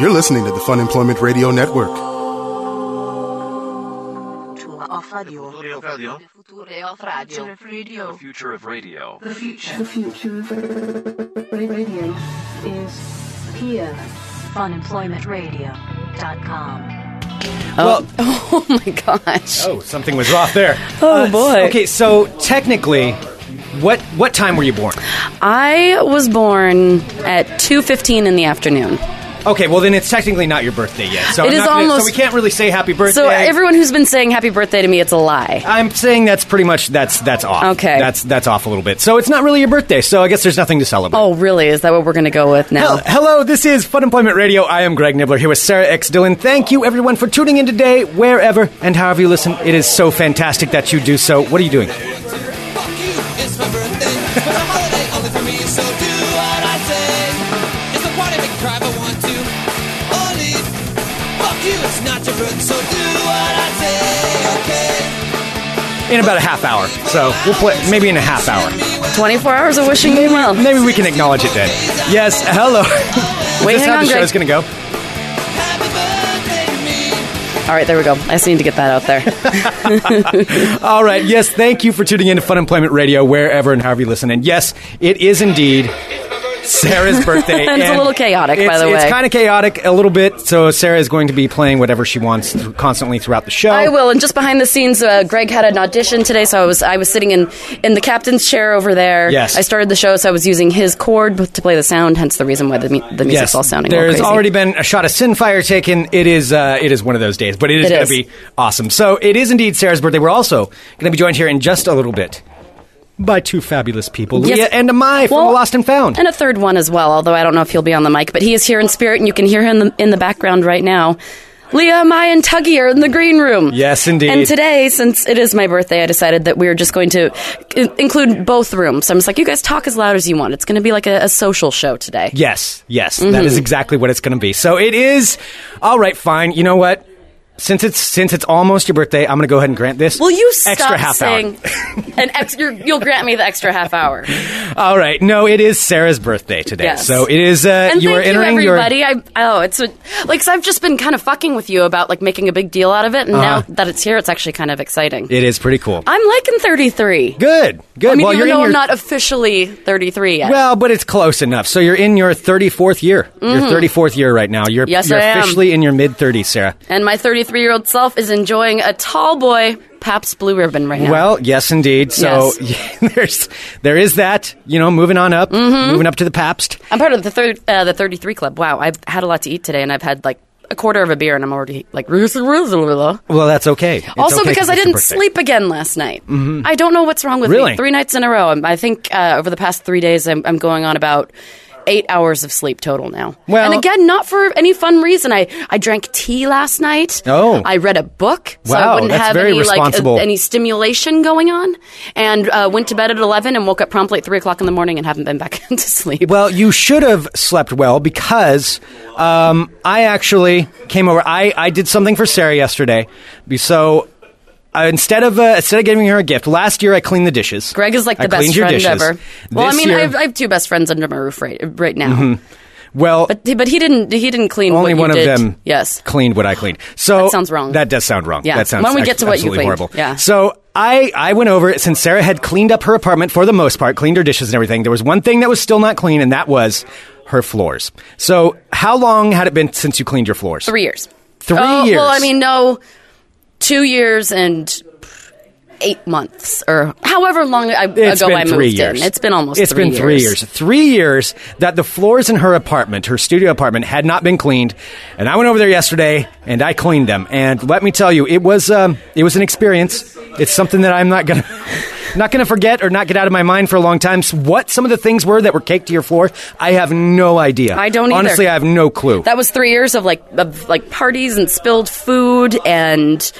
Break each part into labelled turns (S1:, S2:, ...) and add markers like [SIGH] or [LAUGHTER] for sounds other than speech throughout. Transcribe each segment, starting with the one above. S1: You're listening to the Fun Employment Radio Network.
S2: Future of Radio.
S3: Future
S2: Future of
S3: of Radio.
S2: Radio.
S3: The future of radio.
S4: The future of radio is here.
S2: Funemploymentradio.com.
S5: Well,
S6: Oh my gosh.
S5: oh, something was off there.
S6: [LAUGHS]
S5: Uh,
S6: Oh, boy.
S5: Okay, so technically, what what time were you born?
S6: I was born at 2:15 in the afternoon.
S5: Okay, well then it's technically not your birthday yet. So
S6: It
S5: I'm
S6: is
S5: not gonna-
S6: almost-
S5: so we can't really say happy birthday.
S6: So everyone who's been saying happy birthday to me it's a lie.
S5: I'm saying that's pretty much that's that's off.
S6: Okay.
S5: that's that's off a little bit. So it's not really your birthday. So I guess there's nothing to celebrate.
S6: Oh, really? Is that what we're going to go with now?
S5: Hel- Hello, this is Fun Employment Radio. I am Greg Nibbler here with Sarah X. Dillon. Thank you, everyone, for tuning in today, wherever and however you listen. It is so fantastic that you do so. What are you doing?
S7: Fuck you, it's my birthday. It's a holiday only for me, so do what I say. It's a party, make cry if I want to. Or leave. Fuck you, it's not your birthday, so do what I say, okay?
S5: In about a half hour. So we'll play maybe in a half hour.
S6: 24 hours of wishing me well.
S5: Maybe we can acknowledge it then. Yes, hello.
S6: Wait,
S5: Is this
S6: hang
S5: how
S6: on,
S5: the show's
S6: Greg.
S5: going to go?
S7: Happy birthday to me.
S6: All right, there we go. I just need to get that out
S5: [LAUGHS]
S6: there.
S5: All right. Yes, thank you for tuning in to Fun Employment Radio, wherever and however you listen. And yes, it is indeed
S6: [LAUGHS]
S5: Sarah's birthday.
S6: And it's a little chaotic, by
S5: it's-
S6: the way.
S5: It's kind of chaotic a little bit. So Sarah is going to be playing whatever she wants th- constantly throughout the show.
S6: I will. And just behind the scenes, uh, Greg had an audition today, so I was I was sitting in in the captain's chair over there.
S5: Yes.
S6: I started the show, so I was using his cord b- to play the sound. Hence the reason why the, mu- the music's
S5: Yes,
S6: all sounding. all
S5: there's
S6: crazy.
S5: already been a shot of Sinfire taken. It is uh, it is one of those days, but it is
S6: It
S5: going
S6: is.
S5: to be awesome. So it is indeed Sarah's birthday. We're also going to be joined here in just a little bit by two fabulous people,
S6: Yes.
S5: Leah and Amai from
S6: Well,
S5: Lost and Found.
S6: and a third one as well. Although I don't know if he'll be on the mic, but he is here in spirit, and you can hear him in the, in the background right now. Leah, Maya, and Tuggy are in the green room.
S5: Yes, indeed.
S6: And today, since it is my birthday, I decided that we are just going to i- include both rooms. I'm just like, you guys talk as loud as you want. It's going to be like a, a social show today.
S5: Yes, yes,
S6: Mm-hmm.
S5: that is exactly what it's going to be. So it is all right. Fine. You know what? Since it's since it's almost your birthday, I'm going to go ahead and grant this.
S6: Will you stop
S5: extra half [LAUGHS]
S6: saying
S5: hour?
S6: an ex- you're, you'll grant me the extra half hour?
S5: All right. No, it is Sarah's birthday today.
S6: Yes.
S5: So it is. Uh,
S6: And
S5: you
S6: thank
S5: are entering
S6: you,
S5: your.
S6: everybody. I, oh, it's a, like 'cause I've just been kind of fucking with you about like making a big deal out of it, and now that it's here, it's actually kind of exciting.
S5: Uh-huh. It is pretty cool.
S6: I'm liking 33.
S5: good. Good.
S6: I mean,
S5: well,
S6: even
S5: you're in
S6: though
S5: your,
S6: I'm not officially 33 yet.
S5: Well, but it's close enough. So you're in your 34th year. Your 34th year right now. You're,
S6: Mm-hmm. Yes,
S5: you're
S6: I am.
S5: officially in your mid 30s, Sarah.
S6: and my 33 year old self is enjoying a tall boy Pabst Blue Ribbon right now.
S5: Well, yes, indeed. So [LAUGHS] there's there is that. You know, moving on up,
S6: Mm-hmm.
S5: moving up to the Pabst.
S6: I'm part of the third, uh, the 33 club. Wow, I've had a lot to eat today, and I've had like a quarter of a beer, and I'm already like.
S5: Well, that's okay. It's
S6: also,
S5: okay
S6: because
S5: to
S6: I
S5: miss your
S6: didn't
S5: birthday.
S6: sleep again last night. I don't know what's wrong with
S5: Really?
S6: me. Three nights in a row. I'm- I think uh, over the past three days, I'm, I'm going on about eight hours of sleep total now.
S5: Well-
S6: and again, not for any fun reason. I, I drank tea last night.
S5: Oh.
S6: I read a book, so
S5: Wow,
S6: I wouldn't
S5: that's
S6: have
S5: very
S6: any like uh,
S5: responsible.
S6: any stimulation going on. And uh, went to bed at eleven and woke up promptly at three o'clock in the morning and haven't been back [LAUGHS] to sleep.
S5: Well, you should have slept well because um, I actually came over. I, I did something for Sarah yesterday. So uh, instead of uh, instead of giving her a gift, last year I cleaned the dishes.
S6: Greg is like the
S5: I
S6: best
S5: cleaned your
S6: friend
S5: dishes.
S6: ever. Well, I
S5: This
S6: mean,
S5: year-
S6: I, have, I have two best friends under my roof right, right now.
S5: well,
S6: But he, but he didn't. He didn't clean.
S5: only
S6: what you
S5: one
S6: did.
S5: of them
S6: Yes.
S5: cleaned what I cleaned. So
S6: That sounds wrong.
S5: That does sound wrong.
S6: Yeah.
S5: That sounds
S6: Why don't we get
S5: ac-
S6: to what you
S5: absolutely
S6: cleaned?
S5: horrible.
S6: Yeah.
S5: So I I went over since Sarah had cleaned up her apartment for the most part, cleaned her dishes and everything. There was one thing that was still not clean, and that was her floors. So how long had it been since you cleaned your floors?
S6: Three years.
S5: Three
S6: Oh,
S5: years.
S6: Well, I mean, no, two years and eight months, or however long I,
S5: It's
S6: ago
S5: been
S6: I moved
S5: three years.
S6: in. It's been almost.
S5: It's
S6: three
S5: been three years. Three years that the floors in her apartment, her studio apartment, had not been cleaned, and I went over there yesterday and I cleaned them. And let me tell you, it was um, it was an experience. It's something that I'm not gonna [LAUGHS] not gonna forget or not get out of my mind for a long time. S- What some of the things were that were caked to your floor, I have no idea.
S6: I don't either.
S5: Honestly, I have no clue.
S6: That was three years of like of like parties and spilled food and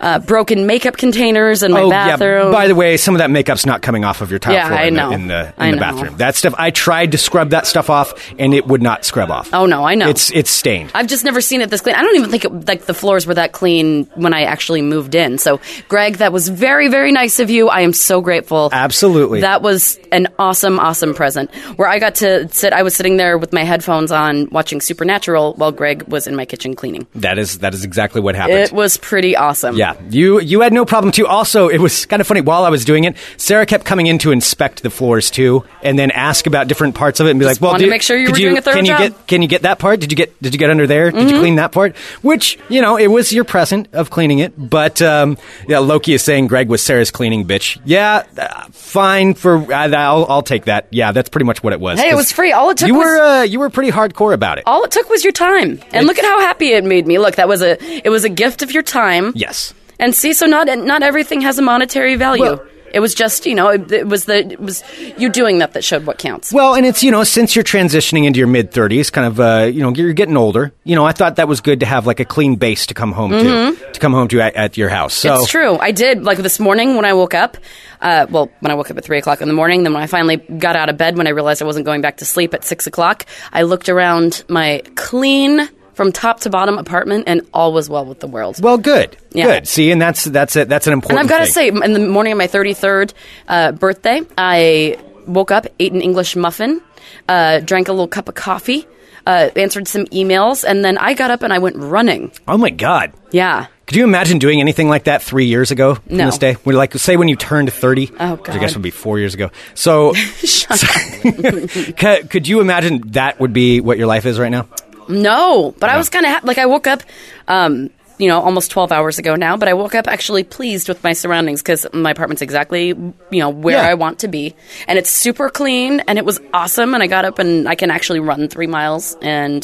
S6: uh, broken makeup containers in my
S5: oh
S6: bathroom.
S5: yeah. By the way, some of that makeup's not coming off of your tile
S6: Yeah,
S5: floor
S6: I
S5: in
S6: know.
S5: the in the, in
S6: I
S5: the
S6: know.
S5: bathroom. That stuff I tried to scrub that stuff off, and it would not scrub off.
S6: Oh, no, I know.
S5: It's it's stained.
S6: I've just never seen it this clean. I don't even think it, like the floors were that clean when I actually moved in. So, Greg, that was very, very nice of you. I am so grateful.
S5: Absolutely.
S6: That was an awesome, awesome present. Where I got to sit, I was sitting there with my headphones on, watching Supernatural, while Greg was in my kitchen cleaning.
S5: that is that is exactly what happened.
S6: It was pretty awesome.
S5: Yeah, you you had no problem too. Also, it was kind of funny while I was doing it. Sarah kept coming in to inspect the floors too, and then ask about different parts of it, and be
S6: Just
S5: like, "Well,
S6: wanted to
S5: did-
S6: make sure you
S5: could
S6: were doing a thorough
S5: Can you
S6: job. Mm-hmm.
S5: get can you get that part? Did you get did you get under there? Did you clean that part? Which you know, it was your present of cleaning it. But um, yeah, Loki is saying Greg was Sarah's cleaning bitch. Yeah, uh, fine for I, I'll I'll take that. Yeah, that's pretty much what it was.
S6: Hey, it
S5: 'Cause
S6: was free. All it took
S5: you
S6: was-
S5: were uh, you were pretty hardcore about it.
S6: All it took was your time, and look at how happy it made me. Look, that was a it was a gift of your time.
S5: yes.
S6: And see, so not not everything has a monetary value.
S5: Well-
S6: it was just you know it, it was the it was you doing that that showed what counts.
S5: Well, and it's you know since you're transitioning into your mid 30s, kind of uh, you know you're getting older. You know, I thought that was good to have like a clean base to come home to, to come home to at, at your house. So
S6: Mm-hmm. It's true. I did. Like this morning when I woke up, uh, well, when I woke up at 3 o'clock in the morning, then when I finally got out of bed, when I realized I wasn't going back to sleep at 6 o'clock, I looked around my clean, from top to bottom apartment, and all was well with the world.
S5: Well, good,
S6: Yeah.
S5: good. See, and that's that's it. That's an important.
S6: and I've got to
S5: thing.
S6: say, in the morning of my 33rd uh, birthday, I woke up, ate an English muffin, uh, drank a little cup of coffee, uh, answered some emails, and then I got up and I went running.
S5: oh my god,
S6: Yeah.
S5: could you imagine doing anything like that three years ago on
S6: No.
S5: this day? When like say when you turned 30,
S6: Oh,
S5: which I
S6: God.
S5: guess would be four years ago.
S6: [LAUGHS]
S5: So, so- [LAUGHS] could, could you imagine that would be what your life is right now?
S6: No, but I
S5: Yeah.
S6: was kind of ha- like I woke up, um, you know, almost twelve hours ago now. But I woke up actually pleased with my surroundings because my apartment's exactly you know where
S5: Yeah.
S6: I want to be, and it's super clean and it was awesome. And I got up and I can actually run three miles, and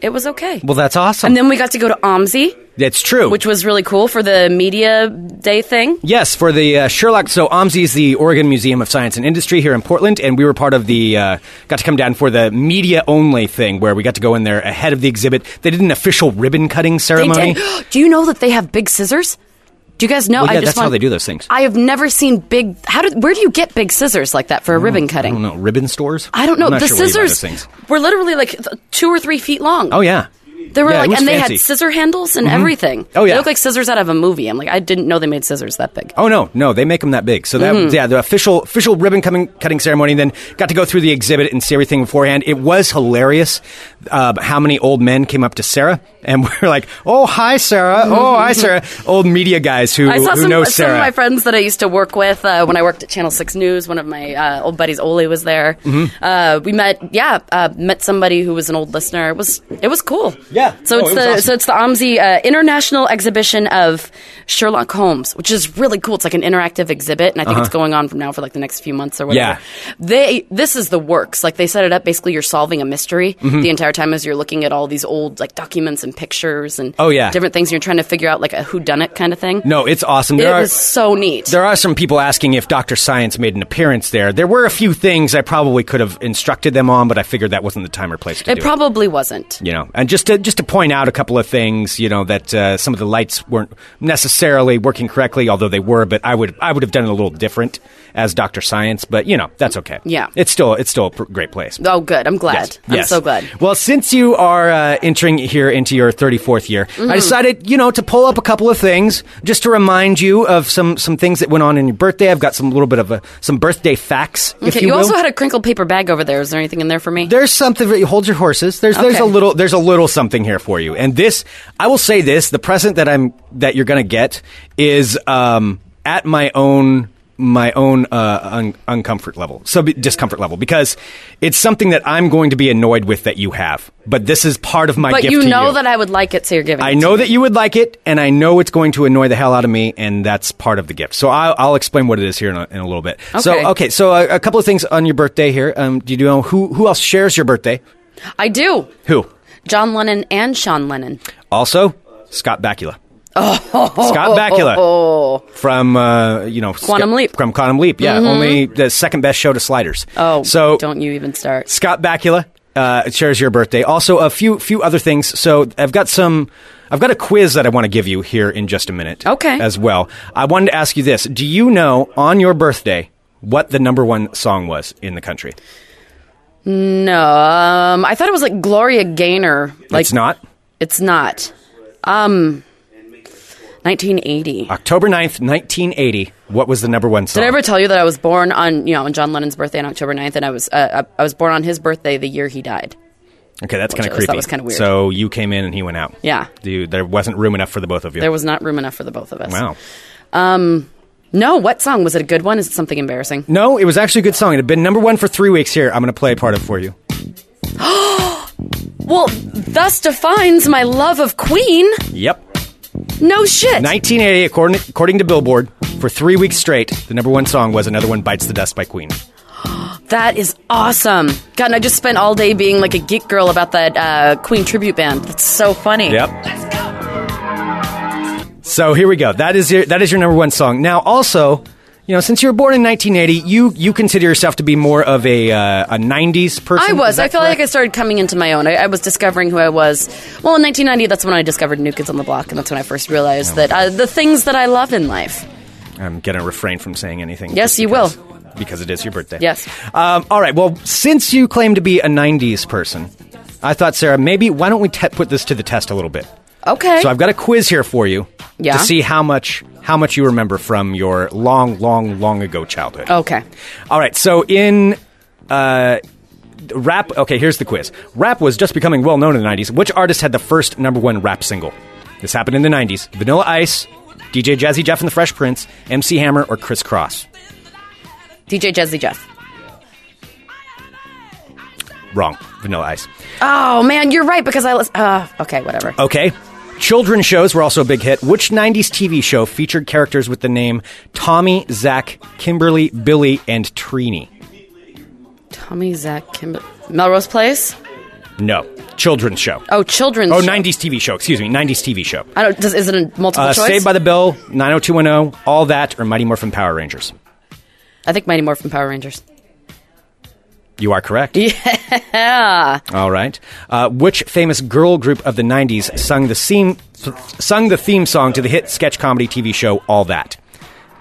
S6: it was okay.
S5: Well, that's awesome.
S6: and then we got to go to OMSI,
S5: that's true.
S6: which was really cool for the media day thing.
S5: Yes, for the uh, Sherlock. So OMSI is the Oregon Museum of Science and Industry here in Portland, and we were part of the uh, got to come down for the media only thing where we got to go in there ahead of the exhibit. They did an official ribbon cutting
S6: They
S5: ceremony.
S6: did. [GASPS] Do you know that they have big scissors? Do you guys know?
S5: Well, yeah,
S6: I just
S5: that's how
S6: want-
S5: they do those things.
S6: I have never seen big. How did? Where do you get big scissors like that for a ribbon
S5: Hmm, I
S6: cutting?
S5: don't know ribbon stores.
S6: I don't know.
S5: I'm not
S6: the
S5: sure where you buy
S6: scissors
S5: those things.
S6: were literally like th- two or three feet long.
S5: Oh yeah.
S6: They were
S5: Yeah, it
S6: like,
S5: was
S6: and they
S5: fancy.
S6: had scissor handles and everything.
S5: Oh, yeah.
S6: They look like scissors out of a movie. I'm like, I didn't know they made scissors that big.
S5: Oh no, no, they make them that big. So that
S6: Mm-hmm.
S5: yeah, the official official ribbon coming, cutting ceremony. Then got to go through the exhibit and see everything beforehand. It was hilarious uh, how many old men came up to Sarah and [LAUGHS] we were like, "Oh hi Sarah, oh
S6: [LAUGHS]
S5: hi Sarah." Old media guys who
S6: I saw
S5: who
S6: some,
S5: know
S6: some
S5: Sarah.
S6: of my friends that I used to work with uh, when I worked at Channel 6 News. One of my uh, old buddies, Ole, was there.
S5: Mm-hmm.
S6: Uh, we met, yeah, uh, met somebody who was an old listener. It was it was cool.
S5: Yeah.
S6: So
S5: No, it
S6: it's
S5: was
S6: the
S5: awesome.
S6: so it's the OMSI uh, International Exhibition of Sherlock Holmes, which is really cool. It's like an interactive exhibit, and I think it's going on from now for like the next few months or whatever.
S5: Uh-huh. Yeah.
S6: They this is the works. Like they set it up. Basically, you're solving a mystery
S5: Mm-hmm.
S6: the entire time as you're looking at all these old like documents and pictures and
S5: Oh, yeah.
S6: different things. And you're trying to figure out like a who done it kind of thing.
S5: No, it's awesome. There
S6: It
S5: are
S6: was so neat.
S5: there are some people asking if Doctor Science made an appearance there. There were a few things I probably could have instructed them on, but I figured that wasn't the time or place to do
S6: it probably wasn't.
S5: it. You know, and just to just to point out a couple of things, you know, that uh, some of the lights weren't necessarily working correctly, although they were. But I would I would have done it a little different as Doctor Science, but you know, that's okay.
S6: Yeah.
S5: it's still it's still a pr- great place.
S6: Oh, good. I'm glad.
S5: Yes,
S6: I'm
S5: yes.
S6: so glad.
S5: Well, since you are uh, entering here into your 34th year,
S6: Mm-hmm.
S5: I decided, you know, to pull up a couple of things just to remind you of some some things that went on in your birthday. I've got some little bit of a, some birthday facts, if
S6: Okay,
S5: you,
S6: you,
S5: will.
S6: also had a crinkled paper bag over there. Is there anything in there for me?
S5: there's something that hold your horses. There's there's
S6: Okay.
S5: a little there's a little something here for you. And this, I will say this, the present that I'm that you're going to get is um at my own my own uh, un- uncomfort level, so be- discomfort level, because it's something that I'm going to be annoyed with that you have. But this is part of my
S6: but
S5: gift
S6: you
S5: to
S6: know
S5: you.
S6: that I would like it, so you're giving.
S5: I
S6: it to
S5: know
S6: me.
S5: that you would like it, and I know it's going to annoy the hell out of me, and that's part of the gift. So I'll, I'll explain what it is here in a, in a little bit.
S6: Okay.
S5: So okay, so uh, a, a couple of things on your birthday here. Um, do you know who who else shares your birthday?
S6: I do.
S5: Who?
S6: John Lennon and Sean Lennon.
S5: Also, Scott Bakula. Oh, Scott Bakula
S6: [LAUGHS]
S5: from uh, you know
S6: Quantum
S5: Sc-
S6: Leap. Mm-hmm.
S5: from Quantum Leap. Yeah, only the second best show to Sliders.
S6: Oh,
S5: so
S6: don't you even start.
S5: Scott Bakula uh, shares your birthday. Also, a few few other things. So I've got some I've got a quiz that I want to give you here in just a minute.
S6: Okay.
S5: As well, I wanted to ask you this: Do you know on your birthday what the number one song was in the country?
S6: No, um, I thought it was like Gloria Gaynor. Like
S5: it's not
S6: It's not. Um, 1980.
S5: October 9th, nineteen eighty. What was the number one song?
S6: Did I ever tell you that I was born on you know on John Lennon's birthday on October 9th, and I was uh, I I was born on his birthday the year he died.
S5: okay, that's
S6: Which
S5: kind
S6: I
S5: of
S6: always
S5: creepy.
S6: thought was kinda weird.
S5: So you came in and he went out.
S6: Yeah.
S5: Dude, there wasn't room enough for the both of you.
S6: There was not room enough for the both of us.
S5: wow.
S6: No, what song was it? A good one? Is it something embarrassing?
S5: No, it was actually a good song. It had been number one for three weeks. Here, I'm going to play part of it for you.
S6: Well, thus defines my love of Queen.
S5: Yep.
S6: No shit.
S5: 1980, according, according to Billboard, for three weeks straight, the number one song was Another One Bites the Dust by Queen.
S6: That is awesome. God, and I just spent all day being like a geek girl about that uh, Queen tribute band. That's so funny.
S5: Yep. So here we go. That is your that is your number one song. Now, also, you know, since you were born in 1980, you you consider yourself to be more of a uh, a 90s person.
S6: I was.
S5: Is that
S6: I feel like I
S5: correct?
S6: started coming into my own. I, I was discovering who I was. Well, in 1990, that's when I discovered New Kids on the Block, and that's when I first
S5: Oh.
S6: realized that uh, the things that I love in life.
S5: I'm going to refrain from saying anything.
S6: Yes,
S5: just
S6: you
S5: because-
S6: will.
S5: Because it is your birthday.
S6: Yes.
S5: Um, all right. Well, since you claim to be a 90s person, I thought, Sarah, maybe why don't we te- put this to the test a little bit?
S6: Okay.
S5: So I've got a quiz here for you
S6: Eh? Yeah.
S5: to see how much how much you remember from your long, long, long ago childhood.
S6: okay.
S5: All right. So in uh, rap, okay, here's the quiz. Rap was just becoming well known in the '90s. Which artist had the first number one rap single? This happened in the '90s. Vanilla Ice, DJ Jazzy Jeff and the Fresh Prince, MC Hammer, or Chris Cross?
S6: DJ Jazzy Jeff.
S5: Wrong. Vanilla Ice.
S6: Oh man, you're right because I. lis- Uh, okay, whatever.
S5: Okay. Children's shows were also a big hit. Which 90s TV show featured characters with the name Tommy, Zach, Kimberly, Billy, and Trini?
S6: Tommy Zach Kimber- Melrose Place.
S5: No. Children's show.
S6: Oh, children's.
S5: Oh,
S6: show.
S5: 90s TV show. Excuse me. 90s TV show.
S6: I don't. Does, is it a multiple
S5: Uh,
S6: choice?
S5: Saved by the Bell, 90210, All That, or Mighty Morphin Power Rangers.
S6: I think Mighty Morphin Power Rangers.
S5: You are correct. Yeah. All right. Uh, which famous girl group of the 90s sung the, theme, sung the theme song to the hit sketch comedy TV show All That?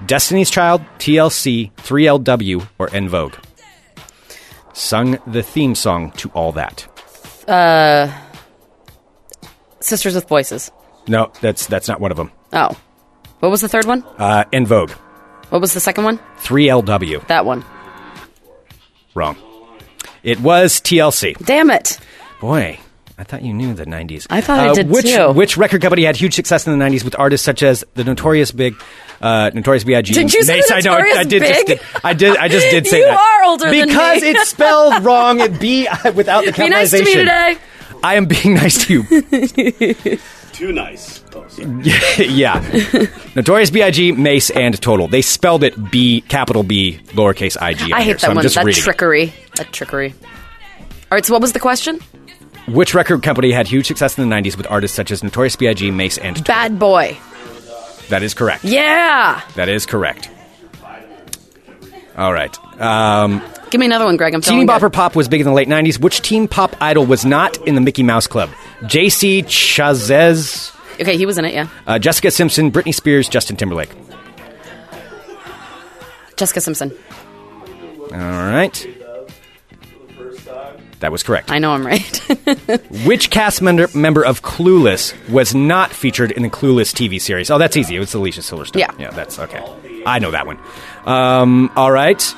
S5: Destiny's Child, TLC, 3LW, or En Vogue? Sung the theme song to All That.
S6: Sisters with Voices.
S5: No, that's, that's not one of them.
S6: Oh, what was the third one?
S5: Uh, en Vogue,
S6: What was the second one?
S5: 3LW.
S6: That one.
S5: Wrong. It was TLC.
S6: Damn it.
S5: Boy, I thought you knew the 90s.
S6: I thought I
S5: uh,
S6: did
S5: which,
S6: too.
S5: Which record company had huge success in the 90s with artists such as the Notorious Big, uh, Notorious B.I.G.
S6: Did you say
S5: Mace- I know, I- I,
S6: Notorious
S5: did just,
S6: Big?
S5: did- I did. I just
S6: [LAUGHS]
S5: did say
S6: You
S5: that.
S6: are older than
S5: because
S6: me.
S5: it's spelled wrong. It B [LAUGHS] without the
S6: Be nice to
S5: capitalization.
S6: me today.
S5: I am being [LAUGHS] nice to you.
S8: Too nice. Oh, sorry.
S5: yeah. Notorious B.I.G. Mace and Total. They spelled it B capital B lowercase I G. on
S6: I
S5: here,
S6: hate
S5: so
S6: that
S5: I'm
S6: one.
S5: Just
S6: That
S5: reading it.
S6: trickery. That trickery. All right. So what was the question?
S5: Which record company had huge success in the 90s with artists such as Notorious B.I.G. Mace and Total?
S6: Bad boy.
S5: That is correct.
S6: Yeah.
S5: That is correct. All right. Um,
S6: Give me another one, Greg. I'm
S5: Teeny
S6: feeling
S5: Bopper
S6: good.
S5: Pop was big in the late 90s. Which teen pop idol was not in the Mickey Mouse Club? JC Chazez,
S6: Okay, he was in it. Yeah.
S5: uh, Jessica Simpson, Britney Spears, Justin Timberlake.
S6: Jessica Simpson.
S5: All right. That was correct.
S6: I know I'm right. [LAUGHS]
S5: Which cast member, member of Clueless was not featured in the Clueless TV series? Oh, that's easy. It's Alicia Silverstone.
S6: Yeah.
S5: Yeah, that's okay. I know that one. Um, all right.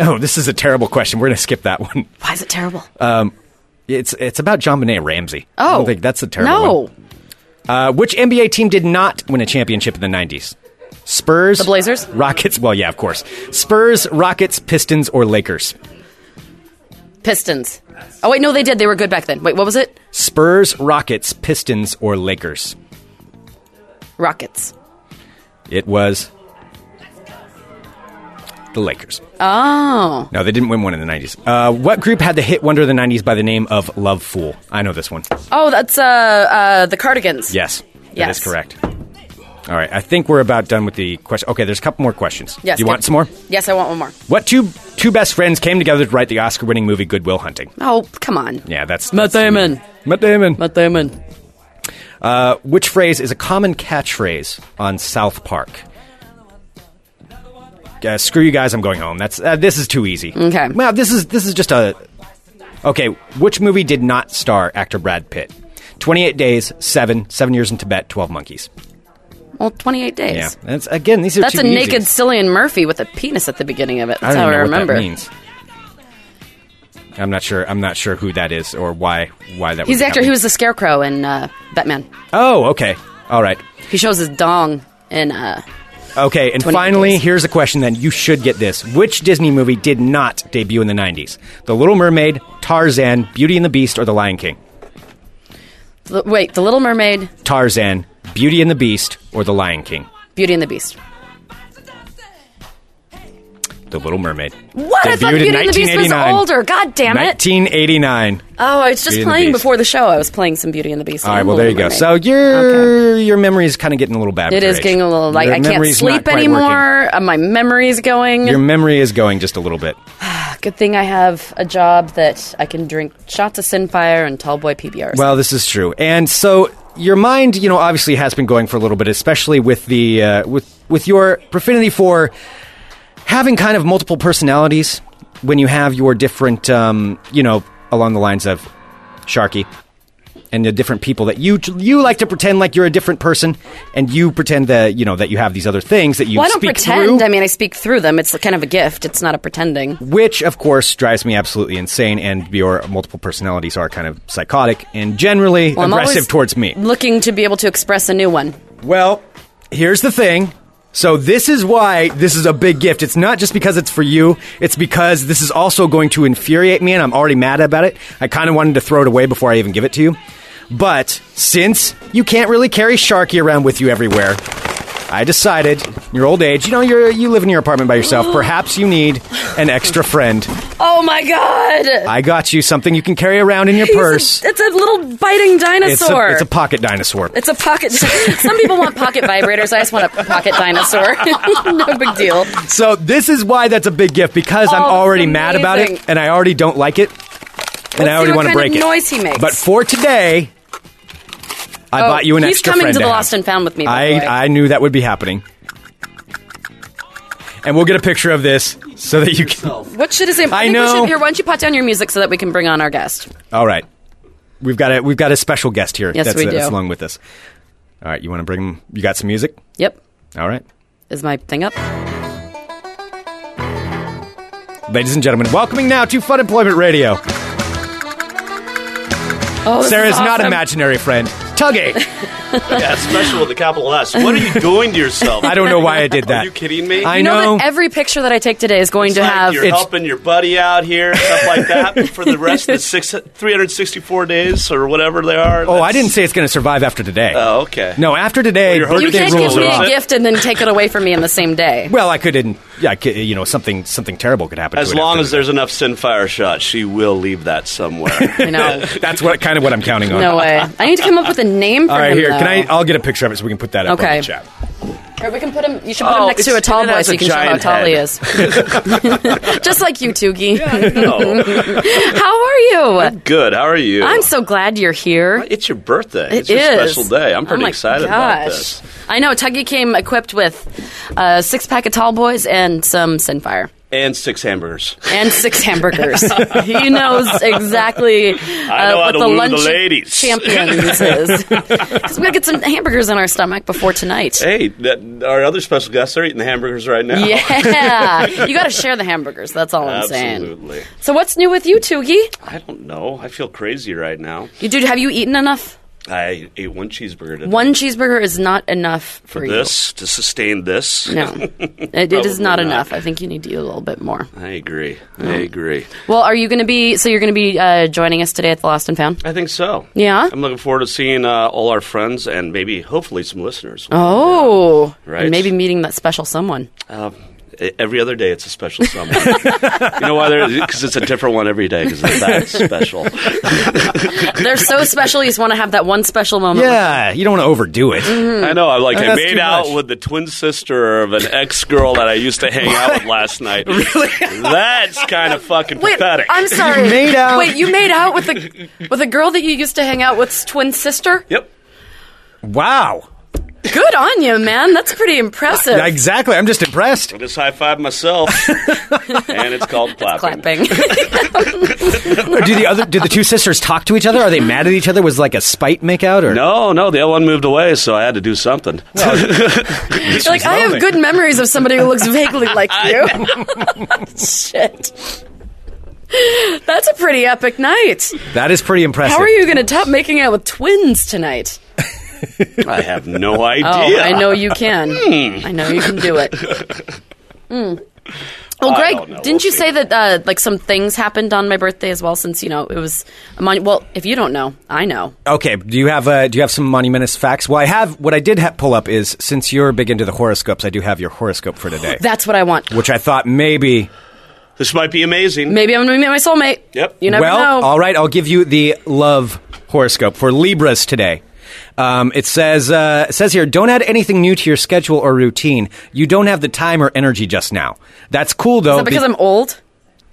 S5: Oh, this is a terrible question. We're going to skip that [LAUGHS] one.
S6: Why is it terrible?
S5: It's it's about JonBenet Ramsey. I
S6: oh,
S5: don't think that's a terrible.
S6: No,
S5: one. Uh, which NBA team did not win a championship in the nineties? Spurs, the
S6: Blazers?
S5: Rockets. Well, yeah, of course. Spurs, Rockets, Pistons, or Lakers.
S6: Pistons. Oh wait, no, they did. They were good back then. Wait, what was it?
S5: Spurs, Rockets, Pistons, or Lakers.
S6: Rockets.
S5: It was the Lakers.
S6: Oh,
S5: No, they didn't win one in the nineties. Uh, what group had the hit wonder of the nineties by the name of Love Fool? I know this one.
S6: oh, that's uh, uh the Cardigans.
S5: Yes, that
S6: Yes.
S5: is correct. All right, I think we're about done with the question. Okay, there's a couple more questions.
S6: Yes.
S5: Do you
S6: good.
S5: want some more?
S6: Yes, I want one more.
S5: What two two best friends came together to write the Oscar-winning movie Goodwill Hunting?
S6: Oh, come on.
S5: Yeah, that's
S6: Matt
S5: that's-
S6: Damon.
S5: Matt Damon.
S6: Matt Damon.
S5: Uh, which phrase is a common catchphrase on South Park? Uh, screw you guys, I'm going home. That's uh, this is too easy.
S6: Okay.
S5: Well, this is this is just a. Okay, which movie did not star actor Brad Pitt? Twenty eight days, seven, seven years in Tibet, twelve monkeys.
S6: Well, 28 days.
S5: Yeah, that's again. These are
S6: That's
S5: too
S6: a naked
S5: easy.
S6: Cillian Murphy with a penis at the beginning of it.
S5: I
S6: That's
S5: don't
S6: how
S5: even
S6: I
S5: know
S6: remember.
S5: what that means. I'm not sure. I'm not sure who that is or why. Why that?
S6: He's
S5: would
S6: the
S5: be
S6: actor.
S5: happening.
S6: He was the Scarecrow in uh, Batman.
S5: Oh, okay. All right.
S6: He shows his dong in. Uh,
S5: Okay, and
S6: 28
S5: finally,
S6: days.
S5: here's a question then. You should get this. Which Disney movie did not debut in the 90s? The Little Mermaid, Tarzan, Beauty and the Beast, or The Lion King?
S6: the, wait, The Little Mermaid,
S5: Tarzan, Beauty and the Beast, or The Lion King?
S6: Beauty and the Beast.
S5: The Little Mermaid.
S6: What? I thought
S5: Debuted
S6: Beauty
S5: in
S6: and the Beast was
S5: 1989.
S6: older. God damn it.
S5: 1989.
S6: oh, I was just
S5: Beauty and the
S6: playing
S5: Beast.
S6: before the show. I was playing some Beauty and the Beast.
S5: All right,
S6: and
S5: well,
S6: The
S5: there you
S6: Little
S5: go.
S6: Mermaid.
S5: So your your memory is kind of getting a little bad.
S6: It is getting a little like
S5: Your
S6: I can't
S5: memory's not
S6: sleep
S5: quite working.
S6: anymore. Uh, my memory's going.
S5: Your memory is going just a little bit.
S6: Good thing I have a job that I can drink shots of Sinfire and Tallboy PBRs.
S5: Well, this is true, and so your mind, you know, obviously has been going for a little bit, especially with the uh, with with your profinity for having kind of multiple personalities when you have your different, um, you know, along the lines of Sharky and the different people that you you like to pretend like you're a different person, and you pretend that you know that you have these other things that you
S6: Well, I don't
S5: speak
S6: pretend.
S5: through.
S6: I mean, I speak through them. It's kind of a gift. It's not a pretending.
S5: which of course drives me absolutely insane and your multiple personalities are kind of psychotic and generally
S6: Well, I'm
S5: aggressive
S6: always
S5: towards me
S6: Looking to be able to express a new one.
S5: well here's the thing so this is why this is a big gift it's not just because it's for you it's because this is also going to infuriate me and i'm already mad about it i kind of wanted to throw it away before i even give it to you but since you can't really carry sharky around with you everywhere I decided, in your old age, you know, you're, you live in your apartment by yourself.
S6: [GASPS]
S5: Perhaps you need an extra friend.
S6: Oh my god!
S5: I got you something you can carry around in your
S6: [LAUGHS] He's a-
S5: purse.
S6: it's a little biting
S5: It's a,
S6: dinosaur.
S5: it's a pocket dinosaur.
S6: It's a pocket. [LAUGHS] Some people want pocket vibrators. I just want a pocket dinosaur. [LAUGHS] no big deal.
S5: So this is why that's a big gift because I'm
S6: Oh, that's
S5: already mad about it
S6: amazing.
S5: and I already don't like it and I
S6: Let's
S5: already
S6: see what
S5: want to
S6: kind
S5: break
S6: of
S5: it.
S6: Noise he makes.
S5: But for today, I
S6: Oh,
S5: bought you an
S6: he's
S5: extra
S6: coming
S5: friend
S6: to the
S5: have.
S6: Lost and Found with me, by the way.
S5: I I knew that would be happening. And we'll get a picture of this so that you can.
S6: what should his name?
S5: I
S6: think we
S5: know.
S6: should, here, why don't you pot down your music so that we can bring on our guest?
S5: All right, we've got a we've got a special guest here.
S6: Yes,
S5: that's, uh,
S6: we
S5: that's
S6: do.
S5: along with us. All right, you want to bring him? You got some music?
S6: Yep.
S5: All right.
S6: Is my thing up?
S5: Ladies and gentlemen, welcoming now to Fun Employment Radio.
S6: Oh, this
S5: Sarah's
S6: is
S5: not
S6: awesome.
S5: imaginary friend. Tuggy.
S8: [LAUGHS]
S6: [LAUGHS]
S8: Yeah, special with a capital S. What are you doing to yourself?
S5: I don't know why I did that.
S8: Are you kidding me?
S5: I
S6: You know,
S5: know.
S6: that every picture that I take today is going
S8: It's
S6: to
S8: like
S6: have.
S8: you're
S5: it's-
S8: helping your buddy out here, stuff like that, [LAUGHS] for the rest of the six, 364 days or whatever they are.
S5: oh, I
S8: That's-
S5: didn't say it's going to survive after today.
S8: Oh, okay.
S5: No, after today,
S8: you're hoping
S6: you
S5: birthday
S6: can't
S8: Everything
S6: give
S5: rules
S8: rolls
S6: me
S5: are
S8: off.
S6: a
S5: off.
S6: gift and then take it away from me on the same day.
S5: Well, I couldn't. Yeah, I could, you know, something something terrible could happen.
S8: As
S5: to it
S8: long
S5: after
S8: as there's enough Sinfire shots, she will leave that somewhere.
S5: [LAUGHS]
S6: You know,
S5: today. that's what kind of what I'm counting on.
S6: no way. I need to come up with a name for
S5: All right,
S6: him.
S5: here.
S6: though.
S5: Can I? I'll get a picture of it so we can put that up on
S6: Okay.
S5: the chat.
S6: Or we can put him. You should put
S8: Oh,
S6: him next to
S8: it's-
S6: a tall
S8: and it
S6: boy
S8: has
S6: so
S8: a
S6: you can show how
S8: giant
S6: tall he
S8: head.
S6: is. [LAUGHS] Just like you, Toogie.
S8: no.
S6: [LAUGHS] How are you? I'm,
S8: Good. How are you?
S6: so glad you're here.
S8: It's your birthday. it's
S6: It
S8: your
S6: is.
S8: special day. I'm
S6: Oh
S8: pretty
S6: my
S8: excited
S6: gosh.
S8: about this.
S6: I know. Tuggy came equipped with a six pack of tall boys and some Sinfire.
S8: And six hamburgers.
S6: and six
S8: [LAUGHS]
S6: hamburgers. he knows exactly uh,
S8: know how
S6: what
S8: to
S6: the
S8: woo the
S6: lunch of
S8: ladies. [LAUGHS]
S6: champions is. Because we gotta get some hamburgers in our stomach before tonight.
S8: Hey, oh. that, our other special guests are eating the hamburgers right now.
S6: Yeah, you gotta share the hamburgers. That's all I'm saying.
S8: Absolutely.
S6: So what's new with you, Toogie?
S8: I don't know. I feel crazy right now.
S6: You do? Have you eaten enough?
S8: I ate one cheeseburger today.
S6: One cheeseburger is not enough for,
S8: for
S6: you.
S8: this to sustain this. [LAUGHS]
S6: No, it, it is
S8: Probably
S6: not
S8: not.
S6: enough. I think you need to eat a little bit more.
S8: I agree. I agree.
S6: Well, are you going to be? So you're going to be uh, joining us today at the Lost and Found?
S8: I think so.
S6: Yeah?
S8: I'm looking forward to seeing uh, all our friends and maybe, hopefully, some listeners.
S6: Oh,
S8: Right.
S6: And maybe meeting that special someone.
S8: Uh, e- every other day, it's a special someone. [LAUGHS] you know why? Because it's a different one every day. Because it's that special.
S5: [LAUGHS]
S6: They're so special. You just want to have that one special moment.
S5: Yeah, you don't want to overdo it.
S6: Mm-hmm. Hmm.
S8: I know. I'm like,
S5: Oh,
S8: I
S5: that's
S8: made
S5: too
S8: out
S5: much.
S8: with the twin sister of an ex girl that I used to hang out with
S6: [LAUGHS]
S8: last night. really? That's kind of fucking
S6: Wait,
S8: pathetic.
S6: I'm sorry.
S5: You made out-
S6: Wait, you made out with the with a girl that you used to hang out with's twin sister?
S8: yep.
S5: Wow.
S6: Good on you, man. That's pretty impressive.
S5: Exactly. I'm just impressed.
S8: I just high
S5: [LAUGHS]
S8: five myself, and it's called clapping.
S6: Clapping.
S5: Do the other do the two sisters talk to each other? Are they mad at each other? Was like a spite make out or
S8: No, no, the other one moved away, so I had to do something. [LAUGHS]
S6: You're like, I have good memories of somebody who looks vaguely like you. [LAUGHS] Shit. That's a pretty epic night.
S5: That is pretty impressive.
S6: How are you going to top making out with twins tonight?
S8: [LAUGHS] I have no
S6: Oh,
S8: idea.
S6: I know you can.
S8: Hmm.
S6: I know you can do
S8: [LAUGHS]
S6: it. Mm. Well,
S8: I
S6: Greg,
S8: don't know.
S6: didn't
S8: We'll
S6: you
S8: see.
S6: say that uh, like some things happened on my birthday as well? Since you know it was a mon- well, if you don't know, I know.
S5: Okay. Do you have uh, do you have some monumentous facts? Well, I have. What I did ha- pull up is since you're big into the horoscopes, I do have your horoscope for today,
S6: [LAUGHS] That's what I want.
S5: which I thought maybe.
S8: This might be amazing.
S6: Maybe I'm going to meet my soulmate.
S8: Yep.
S6: You never
S5: well,
S6: know.
S5: all right. I'll give you the love horoscope for Libras today. Um, it says uh, it says here, don't add anything new to your schedule or routine. You don't have the time or energy just now. That's cool though.
S6: Is that because I'm old?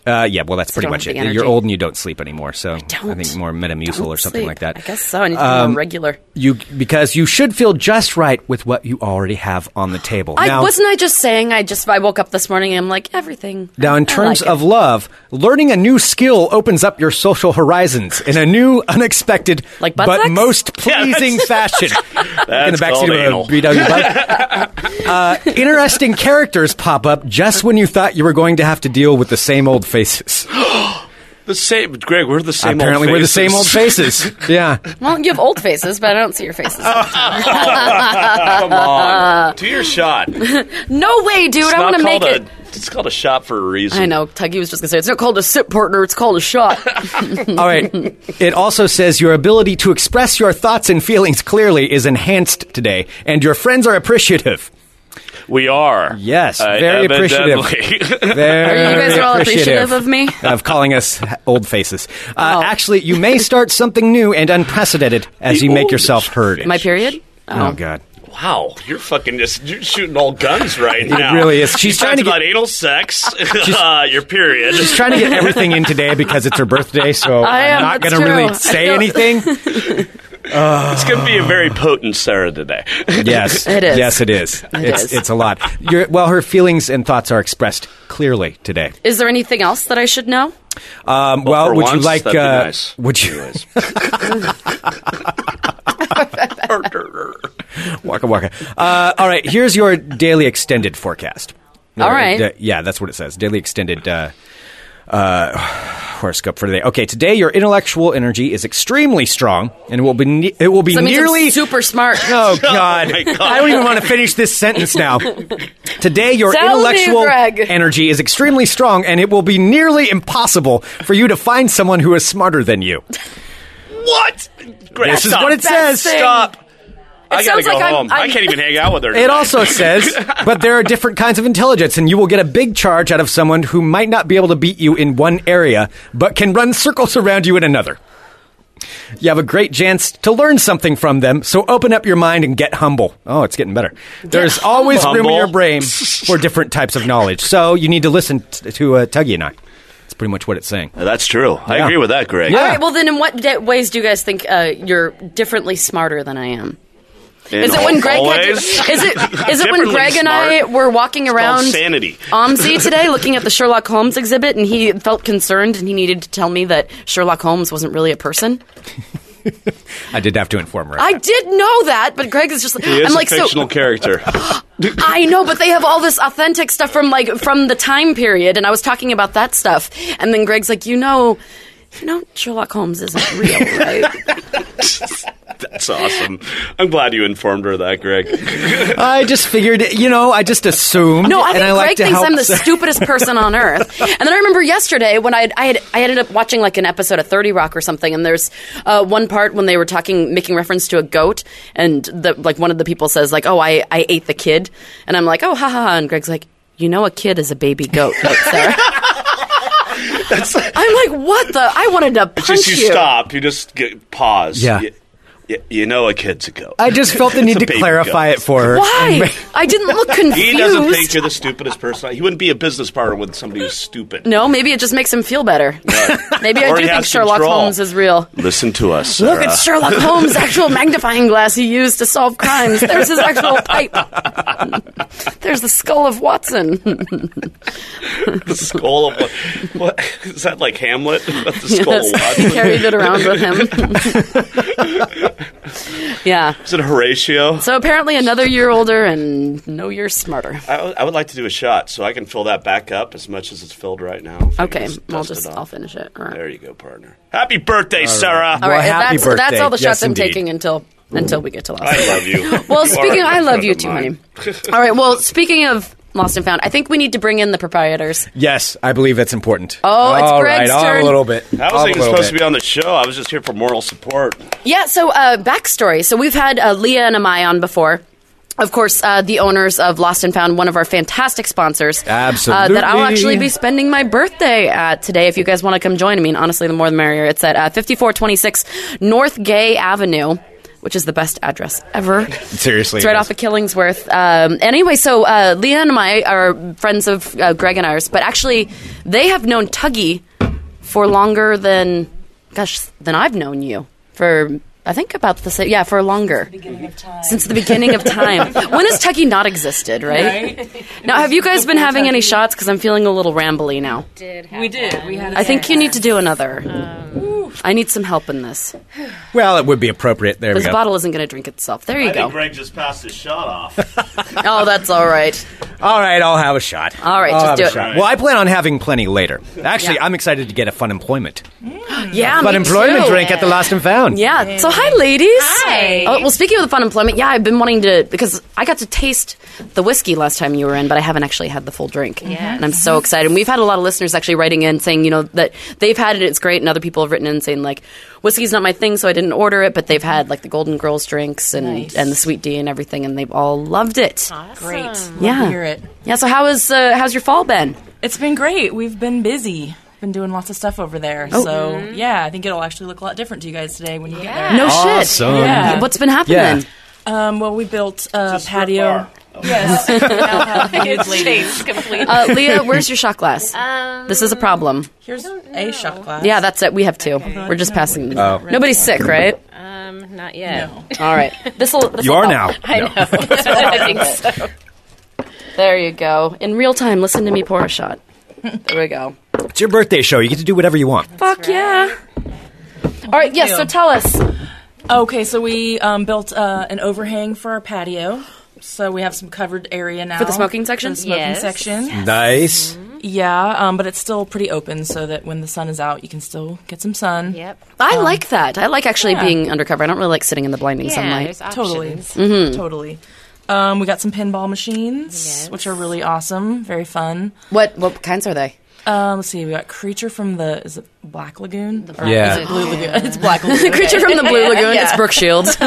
S5: Uh, yeah, well, that's pretty
S6: don't
S5: much
S6: have
S5: it.
S6: the energy.
S5: You're old and you don't sleep anymore, so I,
S6: don't.
S5: think more Metamucil
S6: Don't
S5: or something
S6: sleep.
S5: like that. Um,
S6: I guess so. I need to be more regular.
S5: You because you should feel just right with what you already have on the table.
S6: I
S5: now,
S6: wasn't I just saying I just I woke up this morning and I'm like everything.
S5: now, in
S6: I
S5: terms
S6: like it.
S5: of love, learning a new skill opens up your social horizons in a new, unexpected,
S6: [LAUGHS] Like butt
S5: but
S6: sex? [LAUGHS]
S5: most pleasing fashion. in the
S8: That's
S5: backseat
S8: called
S5: of
S8: anal.
S5: a VW
S8: [LAUGHS]
S5: bike. uh, interesting characters pop up just when you thought you were going to have to deal with the same old faces.
S8: The same, Greg. We're the same. old
S5: Apparently, we're the
S8: faces.
S5: same old
S8: [LAUGHS]
S5: faces. Yeah.
S6: well, you have old faces, but I don't see
S5: [LAUGHS]
S6: your faces.
S8: Come on, do your shot. It's
S6: no way, dude! I
S8: not
S6: want to make
S8: called
S6: it.
S8: a. It's called a shot for a reason.
S6: I know. Tuggy was just gonna say it's not called a sip partner; it's called a shot.
S8: [LAUGHS]
S5: All right. It also says your ability to express your thoughts and feelings clearly is enhanced today, and your friends are appreciative.
S8: We are.
S5: Yes,
S8: Uh,
S5: very appreciative.
S8: evidently.
S6: [LAUGHS] Are
S5: Very
S6: you guys all appreciative of me?
S5: Of calling us old faces. Uh,
S6: Oh.
S5: Actually, you may start something new and unprecedented as
S8: The
S5: you make
S8: oldest
S5: yourself heard.
S6: My period.
S5: oh, God.
S8: [LAUGHS] wow, you're fucking just you're shooting all guns right now.
S5: really is. She's
S8: You
S5: trying
S8: talked
S5: to get-
S8: about anal sex. uh, [LAUGHS] your period.
S5: [LAUGHS] She's trying to get everything in today because it's her birthday, so
S6: [LAUGHS] I
S5: I'm
S6: am,
S5: not
S6: that's
S5: going to really
S6: true.
S5: say
S6: I know.
S5: anything.
S6: [LAUGHS]
S8: It's going to be a very potent Sarah today. [LAUGHS]
S5: Yes,
S6: It is.
S5: Yes, it is. it's,
S6: is.
S5: It's a lot. Your well, her feelings and thoughts are expressed clearly today.
S6: Is there anything else that I should know?
S5: Um, well,
S8: for
S5: would you
S8: once,
S5: like?
S8: that'd be
S5: uh,
S8: nice.
S5: Would you waka waka? Uh, all right, here's your daily extended forecast.
S6: All
S5: Or,
S6: right.
S5: uh, yeah, that's what it says. Daily extended uh, uh, horoscope for today. Okay, today your intellectual energy is extremely strong, and it will be ne- it will be
S6: That means I'm
S5: nearly
S6: super
S8: [LAUGHS]
S6: smart.
S5: [LAUGHS] Oh God.
S8: my God.
S5: I don't even want to finish this sentence
S6: [LAUGHS]
S5: now. Today, your
S6: Tell me,
S5: intellectual
S6: Greg.
S5: energy is extremely strong, and it will be nearly impossible for you to find someone who is smarter than you.
S8: what? Greg,
S5: This is
S8: stop.
S5: what it says.
S6: thing.
S8: Stop. I gotta
S6: sounds
S8: go
S6: like I'm-
S8: home. I'm, I
S6: I'm-
S8: can
S6: [LAUGHS]
S8: not even hang out with her.
S5: It
S8: today.
S5: also
S8: [LAUGHS]
S5: says, but there are different kinds of intelligence, and you will get a big charge out of someone who might not be able to beat you in one area, but can run circles around you in another. You have a great chance to learn something from them, so open up your mind and get humble. Oh, it's getting better. There's always room in
S8: Humble.
S5: your
S8: [LAUGHS]
S5: brain for different types of knowledge, so you need to listen t- to uh, Tuggy and I. That's pretty much what it's saying.
S8: Uh, That's true. I
S5: Yeah.
S8: agree with that, Greg.
S5: Yeah.
S6: All right. Well, then, in what de- ways do you guys think uh, you're differently smarter than I am?
S8: And
S6: Is it when Greg had to,
S8: always-
S6: is it is it when
S8: Differently
S6: Greg and
S8: smart.
S6: I were walking
S8: called
S6: around
S8: sanity. [LAUGHS]
S6: Omzi today looking at the Sherlock Holmes exhibit and he felt concerned and he needed to tell me that Sherlock Holmes wasn't really a person?
S5: I did have to inform her.
S6: I did know that, but Greg is just like
S8: He is
S6: I'm like
S8: a fictional
S6: so [LAUGHS]
S8: character.
S6: I know, but they have all this authentic stuff from like from the time period and I was talking about that stuff and then Greg's like, "You know, you know Sherlock Holmes isn't real, right?"
S8: That's awesome. I'm glad you informed her of that, Greg.
S5: I just figured, you know, I just assumed.
S6: No, I
S5: and
S6: think
S5: I
S6: Greg
S5: like to
S6: thinks
S5: help
S6: I'm the
S8: [LAUGHS]
S5: so-
S6: stupidest person on earth. And then I remember yesterday when I I, had, I ended up watching like an episode of Thirty Rock or something, and there's uh, one part when they were talking, making reference to a goat, and the, like one of the people says like, "Oh, I I ate the kid," and I'm like, "Oh, ha ha,", ha. and Greg's like. You know, a kid is a baby goat.
S8: [LAUGHS]
S6: Like, Sarah. I'm like, what the? I wanted to punch
S8: Just you
S6: you.
S8: stop. You just get, pause.
S5: Yeah.
S8: You- Y- you know, a kid's a goat.
S5: I just felt the
S8: [LAUGHS] It's
S5: need
S8: a
S5: to
S8: baby
S5: clarify
S8: goat.
S5: it for her.
S8: [LAUGHS]
S6: Why? I didn't look confused.
S8: He doesn't think you're the stupidest person. He wouldn't be a business partner with somebody who's stupid.
S6: no, maybe it just makes him feel better. Maybe I
S8: Or
S6: do
S8: he
S6: think
S8: has
S6: Sherlock
S8: control.
S6: Holmes is real.
S8: Listen to us.
S6: Look
S8: Sarah.
S6: at Sherlock Holmes' actual magnifying glass he used to solve crimes. There's his actual pipe. There's the skull of Watson.
S8: the skull of what, what is that like Hamlet? [LAUGHS] That's the skull of
S6: Yes.
S8: Watson.
S6: Carried it around with him. yeah.
S8: Is it Horatio?
S6: So apparently another year older and no year smarter.
S8: I would- I would like to do a shot so I can fill that back up as much as it's filled right now. If you
S6: Okay,
S8: just
S6: I'll
S8: dust
S6: just
S8: it off.
S6: I'll finish it. All right.
S8: There you go, partner. Happy birthday, Sarah.
S6: All right,
S5: Well, happy
S6: that's, that's all the
S5: birthday.
S6: shots
S5: Yes,
S6: I'm
S5: indeed.
S6: taking until until we get to Lost.
S8: I love you.
S6: [LAUGHS] well,
S8: You
S6: speaking,
S8: are a
S6: I love
S8: friend
S6: you
S8: of
S6: too, honey.
S8: mine.
S6: All right. Well, speaking of Lost and Found, I think we need to bring in the proprietors.
S5: Yes, I believe that's important.
S6: Oh, it's
S5: All
S6: Greg's
S5: right, on
S6: turn.
S5: a little bit.
S8: I wasn't even supposed to be on the show. I was just here for moral support.
S6: Yeah. So uh, backstory. So we've had uh, Leah and Amai on before. Of course, uh, the owners of Lost and Found, one of our fantastic sponsors. Uh, that I'll
S5: Absolutely.
S6: actually be spending my birthday at today. If you guys want to come join, I mean, honestly, the more the merrier. It's at uh, 5426 North Gay Avenue, which is the best address ever.
S5: Seriously,
S6: It's right off of Killingsworth. Um, anyway, so uh, Leah and I are friends of uh, Greg and ours, but actually, they have known Tuggy for longer than, gosh, than I've known you for. I think about the same. Yeah, for longer. Since the beginning of time. [LAUGHS] when has Tuggy not existed, right? Now, have you guys been having any shots? Because I'm feeling a little rambly now.
S9: We did. We had.
S6: I think you need to do another. I need some help in this.
S5: Well, it would be appropriate. There we
S6: This
S5: go.
S6: bottle isn't going to drink itself. There you go.
S8: Greg just passed his
S6: [LAUGHS]
S8: shot off.
S6: Oh, that's all right.
S5: All right, I'll have a shot.
S6: All right,
S5: I'll have
S6: just do
S5: a
S6: it.
S5: shot. Well, I plan on having plenty later. Actually,
S6: Yeah.
S5: I'm excited to get a fun employment.
S6: Yeah,
S5: Fun
S6: me
S5: employment
S6: too.
S5: drink at the Lost and Found.
S6: Yeah. So, hi, ladies.
S9: Hi.
S6: Oh, well, speaking of the fun employment, yeah, I've been wanting to because I got to taste the whiskey last time you were in, but I haven't actually had the full drink. Yeah. And I'm so excited. And we've had a lot of listeners actually writing in saying, you know, that they've had it, it's great, and other people have written in saying like, whiskey's not my thing, so I didn't order it, but they've had like the Golden Girls drinks and and the Sweet D and everything, and they've all loved it.
S9: Great.
S6: Yeah.
S9: Love to hear it.
S6: Yeah. So, how is uh, how's your fall been?
S9: It's been great. We've been busy. Been doing lots of stuff over there.
S6: Oh.
S9: So
S6: Mm-hmm.
S9: yeah, I think it'll actually look a lot different to you guys today when you get
S6: No shit.
S5: Awesome.
S9: Yeah.
S6: What's been happening?
S9: there. Um, well, we built a [LAUGHS] patio. [LAUGHS]
S10: complete.
S6: Uh, Leah, where's your shot glass?
S9: Um,
S6: this is a problem.
S9: Here's a shot glass.
S6: Yeah, that's it. We have two. We're just passing them.
S5: Oh.
S6: Nobody's sick, right?
S10: Um, not yet.
S6: All right. This will.
S5: You are
S6: [LAUGHS]
S5: now.
S10: I know. I think so.
S6: There you go. In real time, listen to me pour a shot. There we go.
S5: It's your birthday show. You get to do whatever you want.
S6: Fuck yeah. All right. Yes.
S9: you.
S6: So tell us.
S9: Okay, so we um, built uh, an overhang for our patio. So we have some covered area now. For
S6: the smoking section?
S9: the smoking
S10: Yes.
S6: [LAUGHS]
S9: section.
S5: Nice.
S9: Yeah, um, but it's still pretty open so that when the sun is out, you can still get some sun.
S10: Yep.
S6: I like that. I like actually
S9: Um, yeah.
S6: being undercover. I don't really like sitting in the blinding
S10: Yeah,
S6: sunlight.
S10: there's options.
S9: Totally. Mm-hmm. Totally. Um, we got some pinball machines, which are really awesome, very fun.
S6: What what kinds are they?
S9: Um, let's see, we got Creature from the is it Black Lagoon? Or
S5: Yeah.
S9: is it Blue Lagoon. it's Black Lagoon.
S6: Creature from [LAUGHS] the
S9: [LAUGHS]
S6: Blue Lagoon. It's Brooke Shields. [LAUGHS]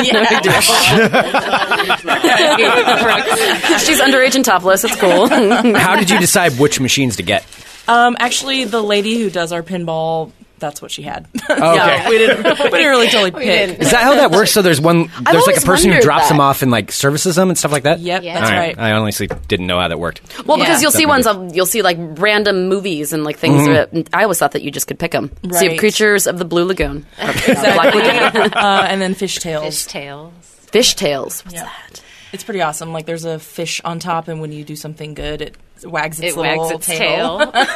S6: She's underage and topless. It's cool.
S5: How did you decide which machines to get?
S9: Um, actually, the lady who does our pinball, that's what she had. [LAUGHS]
S5: Okay.
S9: we didn't. [LAUGHS] We didn't really totally pick.
S5: Is that how that works? So there's one. There's like
S6: always
S5: a person who
S6: wondered
S5: drops
S6: that.
S5: them off and like services them and stuff like that.
S9: Yep,
S10: Yeah.
S9: that's
S5: All
S9: right.
S5: I honestly didn't know how that worked.
S6: Well, because
S9: Yeah.
S6: you'll see
S5: That'd
S6: ones,
S5: be Mm-hmm.
S6: of, you'll see like random movies and like things. That, I always thought that you just could pick them. So you have
S9: Right.
S6: creatures of the Blue
S9: [LAUGHS]
S6: Lagoon, Black Lagoon,
S9: uh, and then fish tails.
S10: Tails.
S6: fish tails. What's that?
S9: It's pretty awesome. Like there's a fish on top, and when you do something good, it wags its
S10: It
S9: little
S10: wags its
S9: tail.
S10: tail.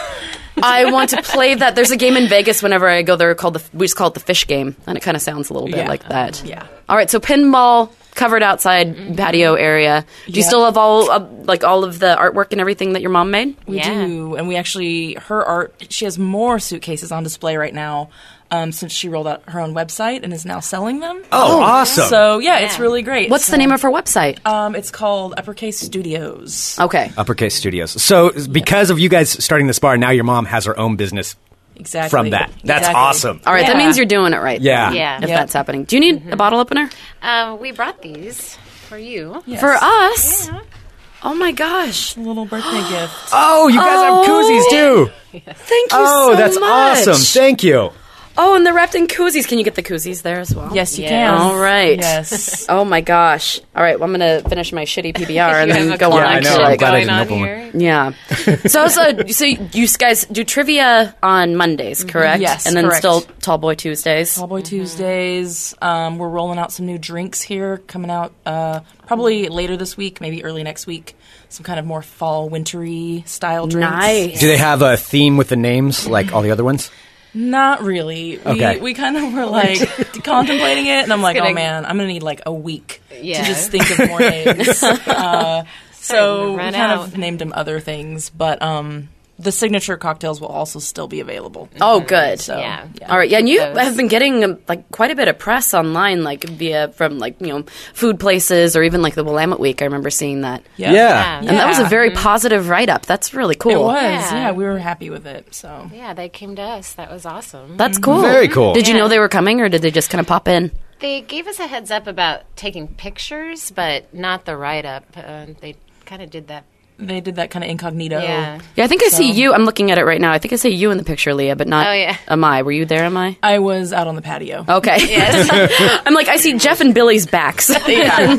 S6: I want to play that. There's a game in Vegas. Whenever I go there, called the we just call it the fish game, and it kind of sounds a little bit
S9: Yeah.
S6: like that.
S9: Yeah. Mm-hmm.
S6: All right. So pinball covered outside patio area. Do you
S9: Yeah.
S6: still have all uh, like all of the artwork and everything that your mom made?
S9: We
S10: Yeah.
S9: do, and we actually her art. She has more suitcases on display right now, um, since she rolled out her own website and is now selling them.
S5: Oh, awesome.
S9: So yeah, it's really great.
S6: What's the name of her website?
S9: Um, it's called Uppercase Studios.
S6: okay.
S5: Uppercase Studios. So because of you guys starting this bar, now your mom has her own business
S9: Exactly.
S5: from that. That's
S9: Exactly.
S5: awesome.
S6: all right. That
S9: yeah. Mm-hmm.
S6: means you're doing it right.
S5: Yeah.
S10: [LAUGHS] Yeah.
S6: If that's happening. Do you need a bottle opener
S10: Um, we brought these for you.
S9: Yes.
S6: for us?
S10: Yeah.
S6: Oh my gosh.
S9: A little birthday gift.
S5: Oh, you guys have koozies too.
S6: Thank you
S5: Oh,
S6: so
S5: that's
S6: much.
S5: awesome. Thank you.
S6: Oh, and they're wrapped in koozies. Can you get the koozies there as well?
S9: Yes, you
S10: Yes.
S9: can.
S6: All right.
S9: Yes.
S6: [LAUGHS] Oh my gosh. All right. Well, I'm gonna finish my shitty PBR and
S10: You have
S6: then
S10: a
S6: go on.
S5: Yeah, I
S10: conflict
S5: know. I'm
S6: actually.
S5: glad I
S10: going
S5: didn't
S10: on
S5: open one.
S10: here.
S6: Yeah. So so so you guys do trivia on Mondays, correct?
S9: Yes,
S6: And then
S9: correct.
S6: still Tall Boy Tuesdays.
S9: Cowboy Tuesdays. Um, we're rolling out some new drinks here, coming out uh, probably later this week, maybe early next week. Some kind of more fall, wintry style drinks.
S6: Nice.
S5: Do they have a theme with the names like all the other ones?
S9: Not really. We,
S5: Okay.
S9: we kind of
S10: [LAUGHS]
S9: were like contemplating it, and I'm like, oh
S10: kidding.
S9: man, I'm gonna need like a week
S10: Yeah.
S9: to just think
S10: [LAUGHS]
S9: of more names. uh, so we
S10: Run
S9: kind of
S10: out.
S9: named them other things, but um, the signature cocktails will also still be available.
S6: Oh, good.
S9: So,
S10: Yeah. yeah.
S6: All right. Yeah, and you
S10: Those.
S6: have been getting um, like quite a bit of press online, like via from like you know food places or even like the Willamette Week. I remember seeing that,
S9: Yeah.
S5: Ah.
S10: Yeah.
S6: and that was a
S9: Yeah.
S6: very positive write up. That's really cool.
S9: It was. Yeah.
S10: Yeah.
S9: we were happy with it. So
S10: Yeah, they came to us. That was awesome.
S6: That's cool.
S5: Very cool.
S6: Did you
S10: Yeah.
S6: know they were coming, or did they just kind of pop in?
S10: They gave us a heads up about taking pictures, but not the write up. Uh, they kind of did that.
S9: they did that kind of incognito.
S10: Yeah.
S6: Yeah, I think I see you. I'm looking at it right now. I think I see you in the picture, Leah, but not.
S10: Oh, yeah. Uh,
S6: Am I? Were you there? Am I?
S9: I was out on the patio.
S6: Okay. [LAUGHS]
S10: [LAUGHS]
S6: I'm like I see Jeff and Billy's backs. [LAUGHS] and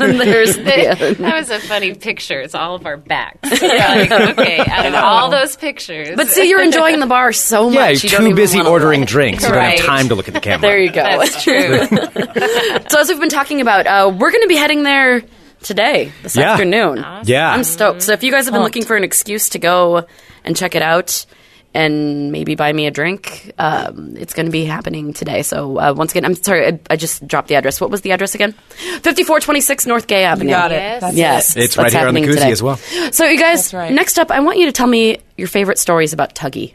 S10: [LAUGHS]
S6: then there's Leah.
S10: that was a funny picture. It's all of our backs. Like, okay, out of all those pictures.
S6: [LAUGHS] But see, you're enjoying the bar so much.
S5: Yeah,
S6: you
S5: you're
S6: don't
S5: too
S6: even
S5: busy
S6: wanna
S5: ordering
S6: look.
S5: drinks. You don't have
S10: Right.
S5: time to look at the camera.
S6: There you go.
S10: That's true.
S6: [LAUGHS] So as we've been talking about, uh, we're going to be heading there today this
S5: Yeah.
S6: afternoon.
S5: Yeah.
S6: I'm stoked. So if you guys have been
S9: Pumped.
S6: looking for an excuse to go and check it out and maybe buy me a drink, um, it's going to be happening today. So uh, once again, I'm sorry, I, I just dropped the address. What was the address again? 5426 North Gay Avenue.
S9: Got it.
S10: Yes.
S9: That's
S5: It's
S6: Yes, that's
S5: right here on the
S6: happening
S5: koozie
S6: today.
S5: as well.
S6: So, you guys,
S9: That's right.
S6: next up, I want you to tell me your favorite stories about Tuggy.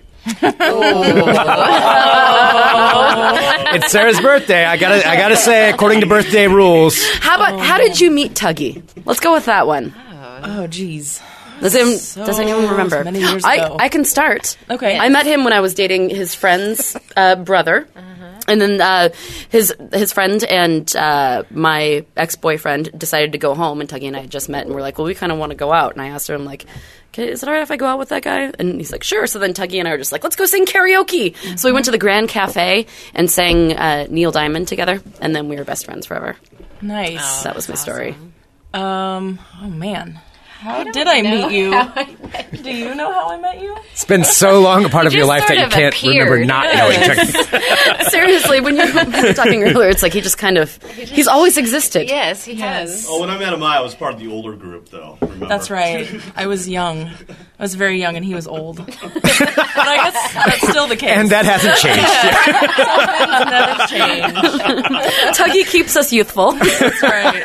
S5: it's Sarah's birthday. I gotta, I gotta say, according to birthday rules,
S6: How about how did you meet Tuggy? Let's go with that one.
S9: Oh, geez.
S6: Does, him,
S9: So
S6: does anyone remember?
S9: many years
S6: I,
S9: ago.
S6: I can start.
S9: Okay.
S6: I met him when I was dating his friend's uh, brother.
S9: Uh-huh.
S6: And then uh, his his friend and uh, my ex boyfriend decided to go home, and Tuggy and I had just met, and we're like, well, we kind of want to go out. And I asked her, I'm like, "Okay, is it all right if I go out with that guy? And he's like, sure. So then Tuggy and I were just like, let's go sing karaoke. So we went to the Grand Cafe and sang uh, Neil Diamond together, and then we were best friends forever.
S9: Nice.
S6: that was my story.
S9: Um. Oh man. How did I
S10: [LAUGHS]
S9: meet you? Do you know how I met you?
S5: it's been so long a part of your
S10: just
S5: life that
S10: sort
S5: you
S10: of
S5: can't
S10: appeared.
S5: remember not knowing.
S6: [LAUGHS] Seriously, when you were [LAUGHS] talking earlier, it's like he just kind of, he's always existed.
S10: Yes, he has.
S11: Oh, when I met him, I was part of the older group, though. Remember?
S9: That's right. I was young. I was very young, and he was old. [LAUGHS] but I guess that's still the case.
S5: and that hasn't changed.
S9: never changed.
S6: Tuggy keeps us [LAUGHS] youthful.
S9: That's right.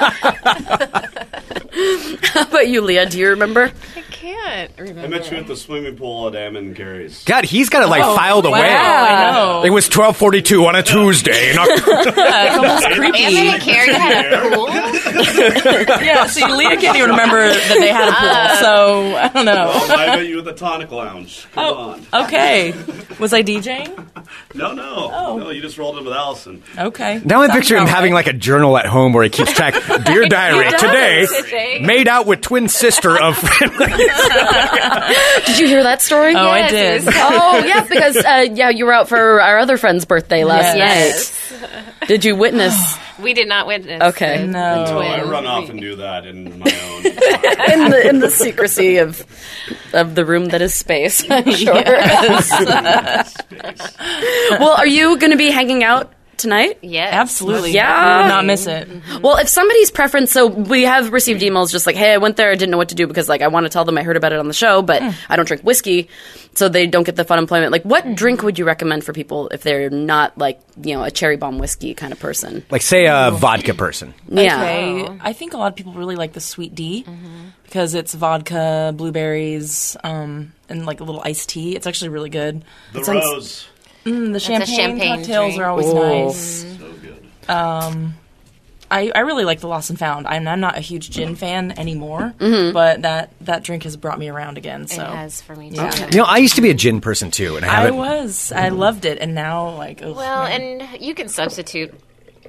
S6: How about you, Leah? Do you remember?
S10: I can't
S11: I
S10: remember.
S11: met you at the swimming pool at Ammon and Gary's.
S5: God, he's got it like filed away.
S9: Oh, Wow, I
S5: [LAUGHS] It
S9: know.
S5: was twelve forty-two on a Tuesday. in
S6: [LAUGHS]
S5: October.
S9: It's almost creepy.
S10: Anthony Carey had a
S9: [LAUGHS]
S10: pool.
S9: Yeah. See, Leah can't even remember that they had a
S6: Ah.
S9: pool, so I don't know.
S11: I met you at the Tonic Lounge. Come
S9: Oh.
S11: on.
S9: Okay. Was I DJing?
S11: No, no. No, you just rolled in with Allison.
S9: Okay.
S5: now I
S9: Sounds
S5: picture him
S9: about
S5: having
S9: right.
S5: like a journal at home where he keeps
S6: [LAUGHS]
S5: track. Dear diary, today made out with twin sister
S6: [LAUGHS]
S5: of. [LAUGHS]
S6: Did you hear that story?
S9: Oh, I
S10: Yes,
S9: did.
S10: it was-
S6: Oh, yeah, because uh, yeah, you were out for our other friend's birthday last
S9: Yes.
S6: night. Did you witness?
S10: We did not witness.
S6: Okay.
S10: the
S9: No.
S11: Oh, I
S10: twin.
S11: run off and do that in my own.
S6: [LAUGHS] in the in the secrecy of of the room that is space. I'm sure. well, are you going to be hanging out tonight?
S10: Yes.
S9: Absolutely.
S6: Yeah.
S9: I would not miss it.
S6: Mm-hmm. Well, if somebody's preference, so we have received emails just like, hey, I went there, I didn't know what to do because like I want to tell them I heard about it on the show, but I don't drink whiskey, so they don't get the fun employment. Like, what drink would you recommend for people if they're not like you know a cherry bomb whiskey kind of person?
S5: like say a vodka person.
S6: Yeah. Mm-hmm.
S9: Okay. I think a lot of people really like the sweet D because it's vodka, blueberries, um, and like a little iced tea. It's actually really good.
S11: The
S9: It's on s-
S11: Rose.
S9: mm, the champagne,
S10: champagne
S9: cocktails
S10: drink.
S9: are always
S5: Oh.
S6: Ooh.
S9: nice. Um,
S11: So good.
S9: I, I really like the Lost and Found. I'm, I'm not a huge gin fan anymore, but that, that drink has brought me around again.
S10: It
S9: So
S10: has for me too.
S5: You know, I used to be a gin person too, and I
S9: I
S5: haven't.
S9: was. I loved it. And now, like, oh, ugh,
S10: Well,
S9: man.
S10: and you can substitute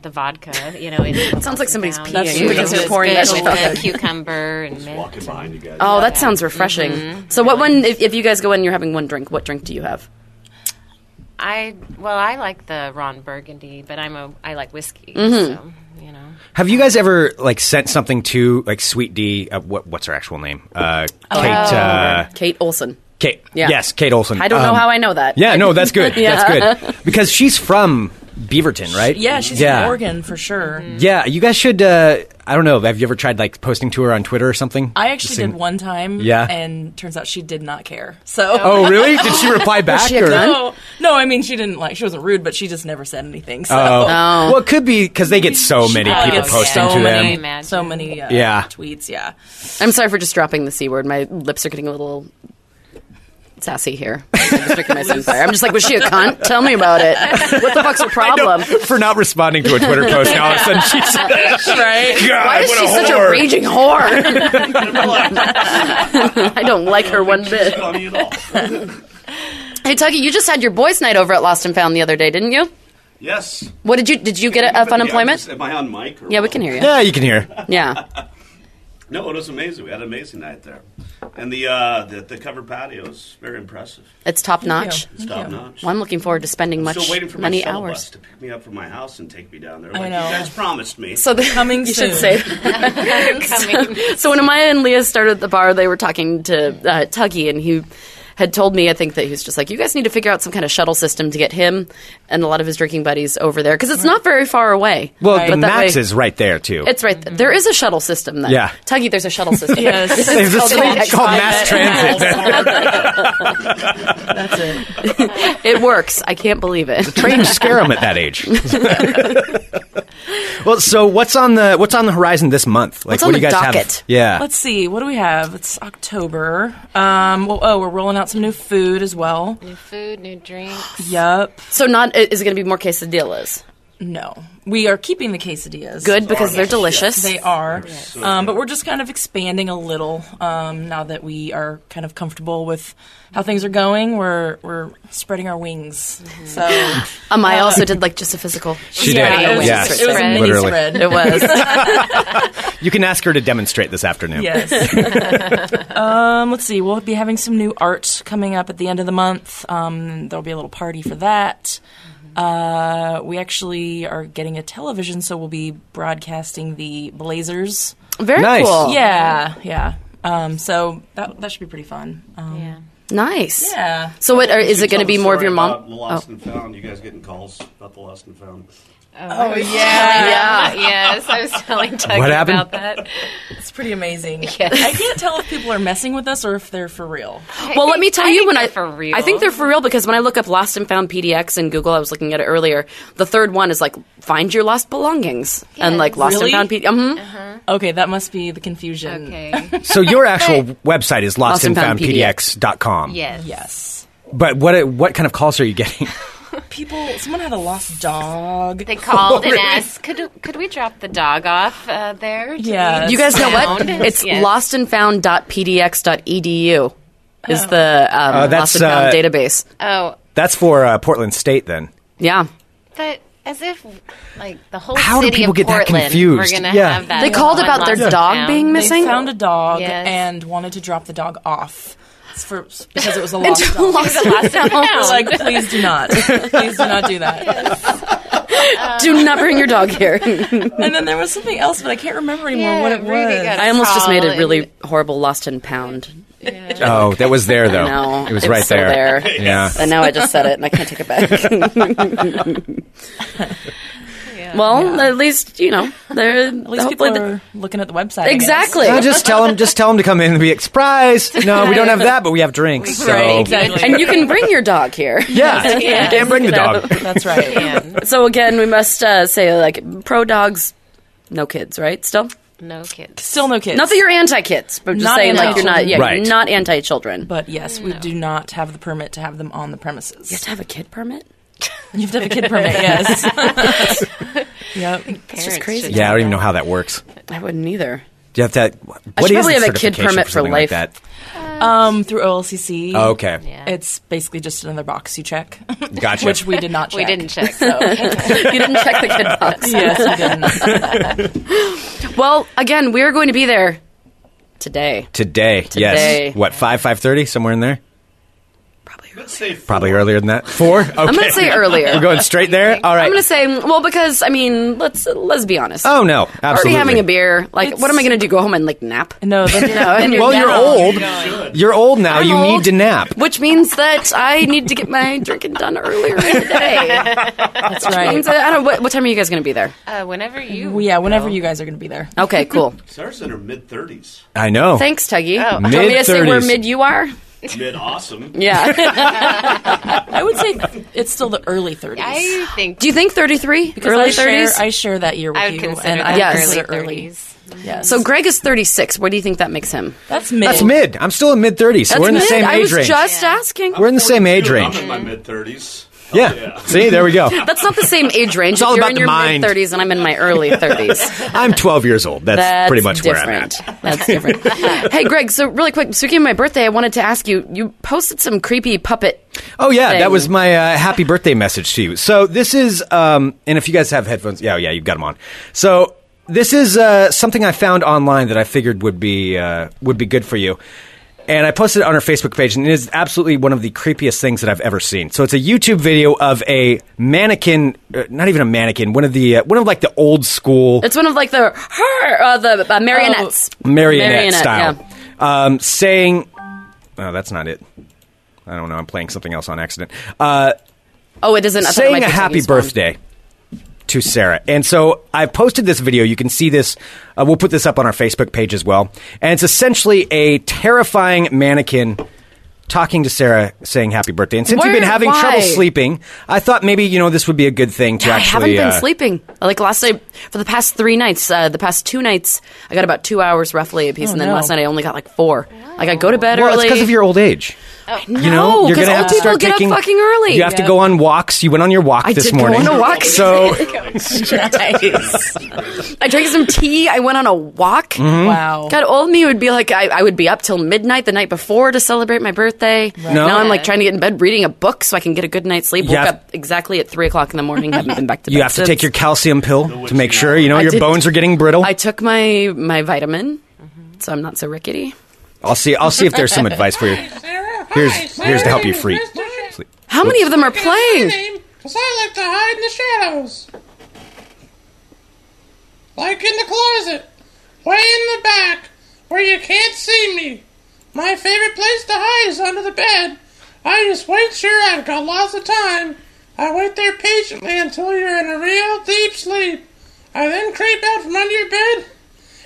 S10: the vodka. You know, it
S6: [LAUGHS] Sounds like somebody's peeing
S9: That's true.
S6: because
S9: Because
S6: they're
S9: it's
S6: pouring that
S10: with
S6: shit
S10: the cucumber and mint.
S11: Walking behind you guys.
S6: Oh, that sounds refreshing. So, what one? If, if you guys go in, and you're having one drink. What drink do you have?
S10: I well, I like the Ron Burgundy, but I'm a I like whiskey.
S9: Mm-hmm.
S5: Mhm.
S10: So you know,
S5: Have you guys ever like sent something to like Sweet D? Uh, what, what's her actual name? Uh,
S6: Oh,
S5: Kate. Uh,
S6: Kate Olson.
S5: Kate.
S6: Yeah.
S5: Yes, Kate Olson.
S6: I don't know
S5: Um,
S6: how I know that.
S5: Yeah,
S6: [LAUGHS]
S5: no, that's good.
S6: Yeah.
S5: That's good because she's from Beaverton, right?
S9: Yeah, she's from Oregon for sure.
S5: Yeah, you guys should. Uh, I don't know. Have you ever tried like posting to her on Twitter or something?
S9: I
S5: Just
S9: actually
S5: seeing-
S9: did one time,
S5: Yeah.
S9: and turns out she did not care. So,
S5: Oh,
S9: [LAUGHS]
S5: really? Did she reply Was back, she a or- cunt?
S9: No, no. I mean, she didn't like. She wasn't rude, but she just never said anything. So,
S5: Oh. well, it could be because they get so many
S9: She
S5: people
S9: gets
S5: posting
S9: so
S5: to
S9: many,
S5: them.
S9: So many, uh,
S5: Yeah.
S9: tweets. Yeah,
S6: I'm sorry for just dropping the c word. My lips are getting a little sassy here. [LAUGHS] I'm just making my son fire. I'm just like, was she a cunt? Tell me about
S11: [LAUGHS]
S6: it. What the fuck's her problem?
S5: [LAUGHS] For not responding to a Twitter post, now all of a sudden she's
S6: right.
S5: God,
S6: Why is
S5: what
S6: she
S5: a
S6: such
S5: whore.
S6: a
S11: [LAUGHS]
S6: raging whore? [LAUGHS] I don't like her one bit. Hey, Tuggy, you just had your boys' night over at Lost and Found the other day, didn't you?
S11: Yes.
S6: What did you did you get a, of
S11: Yeah,
S6: unemployment?
S11: just- am I on mic? Or
S6: Yeah, we can hear you.
S5: Yeah, you can hear.
S6: Yeah.
S11: No, it was amazing. We had an amazing night there, and the uh, the, the covered patio is very impressive.
S6: It's top notch.
S11: It's top notch.
S6: Well, I'm looking forward to spending
S11: I'm
S6: much
S11: still waiting for my
S6: many
S11: shuttle
S6: hours.
S11: bus to pick me up from my house and take me down there.
S6: I
S11: Like you
S6: know.
S11: guys promised me.
S6: So the
S9: coming.
S6: You should say. so, so when Amaya and Leah started at the bar, they were talking to uh, Tuggy, and he had told me, I think that he was just like, "You guys need to figure out some kind of shuttle system to get him and a lot of his drinking buddies over there because it's not very far away."
S5: Well,
S6: But
S5: the
S6: that
S5: Max
S6: way-
S5: is right there too. [LAUGHS]
S6: It's right. th- There is a shuttle system then.
S5: Yeah.
S6: Tuggy, there's
S5: [LAUGHS]
S6: a shuttle system.
S5: Yes.
S6: This
S5: There's
S6: is
S5: a
S6: called the
S5: thing
S6: Max
S5: called mass
S6: Transit.
S9: that's it.
S6: [LAUGHS] it works. I can't believe it.
S5: Trains scare them at that age. well, so what's on the what's on the horizon this month? Like,
S9: What's
S5: what
S9: on
S5: do you
S9: the
S5: guys have?
S9: docket?
S5: Yeah,
S9: Let's see. What do we have? It's October. Um. Well, oh, we're rolling out some new food as well.
S10: new food, new drinks.
S9: Yep.
S6: So not i- is it going to be more quesadillas?
S9: No, we are keeping the quesadillas.
S6: Good, because they're delicious.
S9: They are,
S6: Yes.
S9: um, but we're just kind of expanding a little um, now that we are kind of comfortable with how things are going. We're we're spreading our wings. So
S6: Um, I
S9: uh,
S6: also did like just a physical.
S5: She
S9: yeah,
S5: did.
S9: It was,
S5: Yes,
S9: it was a mini
S5: literally.
S9: spread.
S6: It was.
S5: you can ask her to demonstrate this afternoon.
S9: Yes. [LAUGHS] um, let's see. We'll be having some new art coming up at the end of the month. Um, there'll be a little party for that. Uh, we actually are getting a television, so we'll be broadcasting the Blazers.
S6: Very Nice. cool.
S9: Yeah, yeah. Um, so that that should be pretty fun. Um, yeah.
S6: Nice.
S9: Yeah.
S6: So what are, is
S11: You
S6: it going to
S11: told
S6: be
S11: the
S6: more of
S11: story
S6: your mom? Oh.
S11: about the Lost and found. You guys getting calls about the lost and found?
S10: Oh,
S9: yeah. Ah.
S10: yeah. [LAUGHS] yes, I was telling
S9: [LAUGHS]
S10: Tuggy
S5: What happened?
S10: about that.
S9: It's pretty [LAUGHS] amazing. I can't tell if people are messing with us or if they're for real.
S6: Well, let me tell you when I
S10: for real.
S6: I think they're for real because when I look up Lost and Found PDX in Google, I was looking at it earlier. The third one is like find your lost belongings and like Lost
S9: Really?
S6: and Found PDX. mhm.
S9: Okay, that must be the confusion. [LAUGHS]
S10: Okay.
S5: So your actual website is lostandfoundpdx.com.
S10: Yes.
S9: Yes.
S5: But what what kind of calls are you getting? [LAUGHS]
S9: People. Someone had a lost dog.
S10: They called
S5: really?
S10: and asked, "Could could we drop the dog off uh, there?" to
S9: Yes.
S10: be
S6: You guys know what?
S10: found?"
S6: It's
S10: Yes.
S6: lostandfound.pdx.edu E is the um,
S5: Uh, that's,
S6: Lost and Found
S5: uh,
S6: database.
S10: Oh,
S5: That's for uh, Portland State, then.
S6: Yeah.
S10: but as if like the whole
S5: How do
S10: city
S5: people
S10: of
S5: get that
S10: Portland,
S5: confused?
S10: We're gonna
S5: Yeah.
S10: have that.
S6: They called
S10: on
S6: about their
S10: Lost
S6: dog
S10: Town.
S6: being missing?
S9: They found a dog
S10: Yes.
S9: and wanted to drop the dog off It's for, because it was a
S6: [LAUGHS]
S9: lost
S6: Into
S9: dog.
S6: Lost
S9: It was a lost
S6: and
S9: dog. We're
S6: Found.
S9: like, please do
S6: [LAUGHS]
S9: not. Please do not do that.
S6: Do not bring your dog here.
S9: And then there was something else, but I can't remember anymore
S10: Yeah,
S9: what it
S10: Rudy
S9: was.
S10: got
S6: [LAUGHS] I almost just made a
S10: Colin.
S6: really horrible Lost and Found.
S5: Oh, that was there though.
S6: No,
S5: it was
S6: it's
S5: right
S6: still
S5: there.
S6: there. [LAUGHS]
S5: Yeah.
S6: And now I just said it, and I can't take it back. Well, at least you know they're
S9: At least people
S6: hopefully the-
S9: are looking at the website. I guess.
S6: exactly.
S5: No, just tell them. Just tell them to come in and be like, surprise. No, we don't have that, but we have drinks. So.
S9: Right, exactly.
S6: and you can bring your dog here. [LAUGHS]
S5: Yeah, you can't bring the dog.
S9: [LAUGHS] That's right.
S10: And
S6: So again, we must uh, say like pro dogs, no kids, right? Still,
S10: no kids.
S9: Still no kids.
S6: not that you're anti kids, but I'm just
S9: Not
S6: saying like you're not,
S9: anti-children.
S6: yeah,
S5: Right.
S6: you're not anti children.
S9: But yes, we do not have the permit to have them on the premises.
S6: You have to have a kid permit.
S9: [LAUGHS] You have to have a
S6: [LAUGHS]
S9: kid permit. Yes. yep.
S10: It's
S6: just crazy.
S5: Yeah, I don't even know how that works.
S6: I wouldn't either.
S5: Do you have to? What
S6: I
S5: what
S6: should
S5: is
S6: probably
S5: the
S6: have a kid
S5: certification
S6: permit for
S5: something
S6: life.
S5: Like that?
S9: Um, through OLCC.
S5: Oh, okay.
S10: Yeah.
S9: It's basically just another box you check. [LAUGHS]
S5: Gotcha.
S9: Which we did not check.
S10: We didn't check.
S6: you didn't check the
S5: [LAUGHS]
S6: kid box.
S9: yes, we didn't. [LAUGHS]
S6: Well, again, we are going to be there today,
S5: Today, [LAUGHS]
S6: Today.
S5: yes. What five five thirty somewhere in there?
S6: probably
S5: Probably earlier than that. Four? Okay.
S6: I'm gonna say earlier.
S5: We're going straight there? All right.
S6: I'm gonna say well because I mean let's let's be honest.
S5: Oh, no. Absolutely.
S6: Already having a beer. Like what am I gonna do? Go home and like nap? [LAUGHS] No, you know, and
S5: well, you're
S6: down.
S5: old. You're old now.
S6: I'm
S5: you
S6: old.
S5: need to nap.
S6: Which means that I need to get my drinking done earlier in the day. [LAUGHS] That's
S9: right.
S6: Means that, I don't. What, what time are you guys going to be there?
S10: Uh, whenever you.
S9: Well, yeah, whenever you guys are going to be there.
S6: Okay, cool.
S11: Sarah's in her mid [LAUGHS] thirties.
S5: I know.
S6: Thanks, Tuggy. Do you want me to say where
S5: Mid-thirties.
S6: mid you are?
S11: Mid awesome.
S6: Yeah.
S9: I would say it's still the early 30s.
S10: I think
S6: [LAUGHS] Do you think 33?
S9: because
S6: Early
S9: I share,
S6: 30s?
S9: I share that year with
S10: I would
S9: you,
S10: consider
S9: and I
S10: that
S6: early
S9: consider early.
S10: 30s.
S9: Yes.
S6: so Greg is 36. What do you think that makes him?
S9: that's mid.
S5: That's
S9: [LAUGHS]
S5: mid. I'm still in mid 30s. So
S6: That's
S5: we're in the
S6: mid.
S5: same
S6: I
S5: age
S6: was
S5: range.
S6: just asking.
S5: we're in the same age
S11: Dude,
S5: range.
S11: I'm in my mid thirties.
S5: Yeah. See, there we
S6: [LAUGHS]
S5: go.
S6: That's not the same age range. It's
S5: all
S6: You're
S5: about
S6: in
S5: the
S6: your
S5: mind.
S6: mid 30s and I'm in my early
S5: [LAUGHS]
S6: 30s.
S5: I'm 12 years old. That's,
S6: That's
S5: pretty much
S6: different.
S5: where I'm at.
S6: [LAUGHS] That's different. [LAUGHS] hey, Greg. So really quick, speaking of my birthday, I wanted to ask you. You posted some creepy puppet.
S5: Oh yeah,
S6: thing.
S5: that was my uh, happy birthday message to you. So this is, um, and if you guys have headphones, yeah, yeah, you've got them on. So this is uh, something I found online that I figured would be uh, would be good for you. And I posted it on our Facebook page, and it is absolutely one of the creepiest things that I've ever seen. So it's a YouTube video of a mannequin, uh, not even a mannequin, one of the uh, one of like the old school
S6: It's one of like the her uh, the uh, marionettes.
S5: Oh, marionette,
S6: Marionette,
S5: style, um, saying, "Oh, that's not it." I don't know. I'm playing something else on accident. Uh,
S6: Oh, it isn't. I thought it might
S5: saying a
S6: be
S5: happy
S6: Tuggy's phone.
S5: birthday to Sarah. And so I posted this video. You can see this. Uh, we'll put this up on our Facebook page as well. And it's essentially a terrifying mannequin talking to Sarah, saying happy birthday. And since you've been
S6: Where-
S5: having
S6: why?
S5: trouble sleeping, I thought maybe you know this would be a good thing to
S6: I haven't
S5: actually.
S6: been
S5: uh,
S6: sleeping. Like last night, for the past three nights, uh, the past two nights, I got about two hours roughly a piece, and then
S9: no.
S6: last night I only got like four. Like I go to bed
S5: Well, it's
S6: early. Oh,
S5: because of your old age. you know,
S6: No,
S5: you're gonna
S6: 'cause
S5: have
S6: old
S5: to start
S6: people get up
S5: taking.
S6: fucking early.
S5: You have to
S6: Yeah.
S5: go on walks. You went on your walk
S6: I
S5: this
S6: did go
S5: morning.
S6: on a walk. [LAUGHS]
S5: So
S6: I drank some tea. I went on a walk.
S5: Mm-hmm.
S9: wow.
S6: God, old me would be like I, I would be up till midnight the night before to celebrate my birthday.
S5: No.
S6: Now I'm like trying to get in bed reading a book so I can get a good night's sleep.
S5: You
S6: Woke
S5: have-
S6: up exactly at three o'clock in the morning. Haven't been back to
S5: [LAUGHS]
S6: bed.
S5: you have to
S6: since.
S5: take your calcium pill to make sure you know
S6: I
S5: your
S6: did-
S5: bones are getting brittle.
S6: I took my my vitamin, so I'm not so rickety.
S5: I'll see. I'll see if there's some advice for you. Here's here's to help you free. Sleep.
S6: How many of them are playing?
S7: Because I like to hide in the shadows. Like in the closet. Way in the back. Where you can't see me. My favorite place to hide is under the bed. I just wait sure I've got lots of time. I wait there patiently until you're in a real deep sleep. I then creep out from under your bed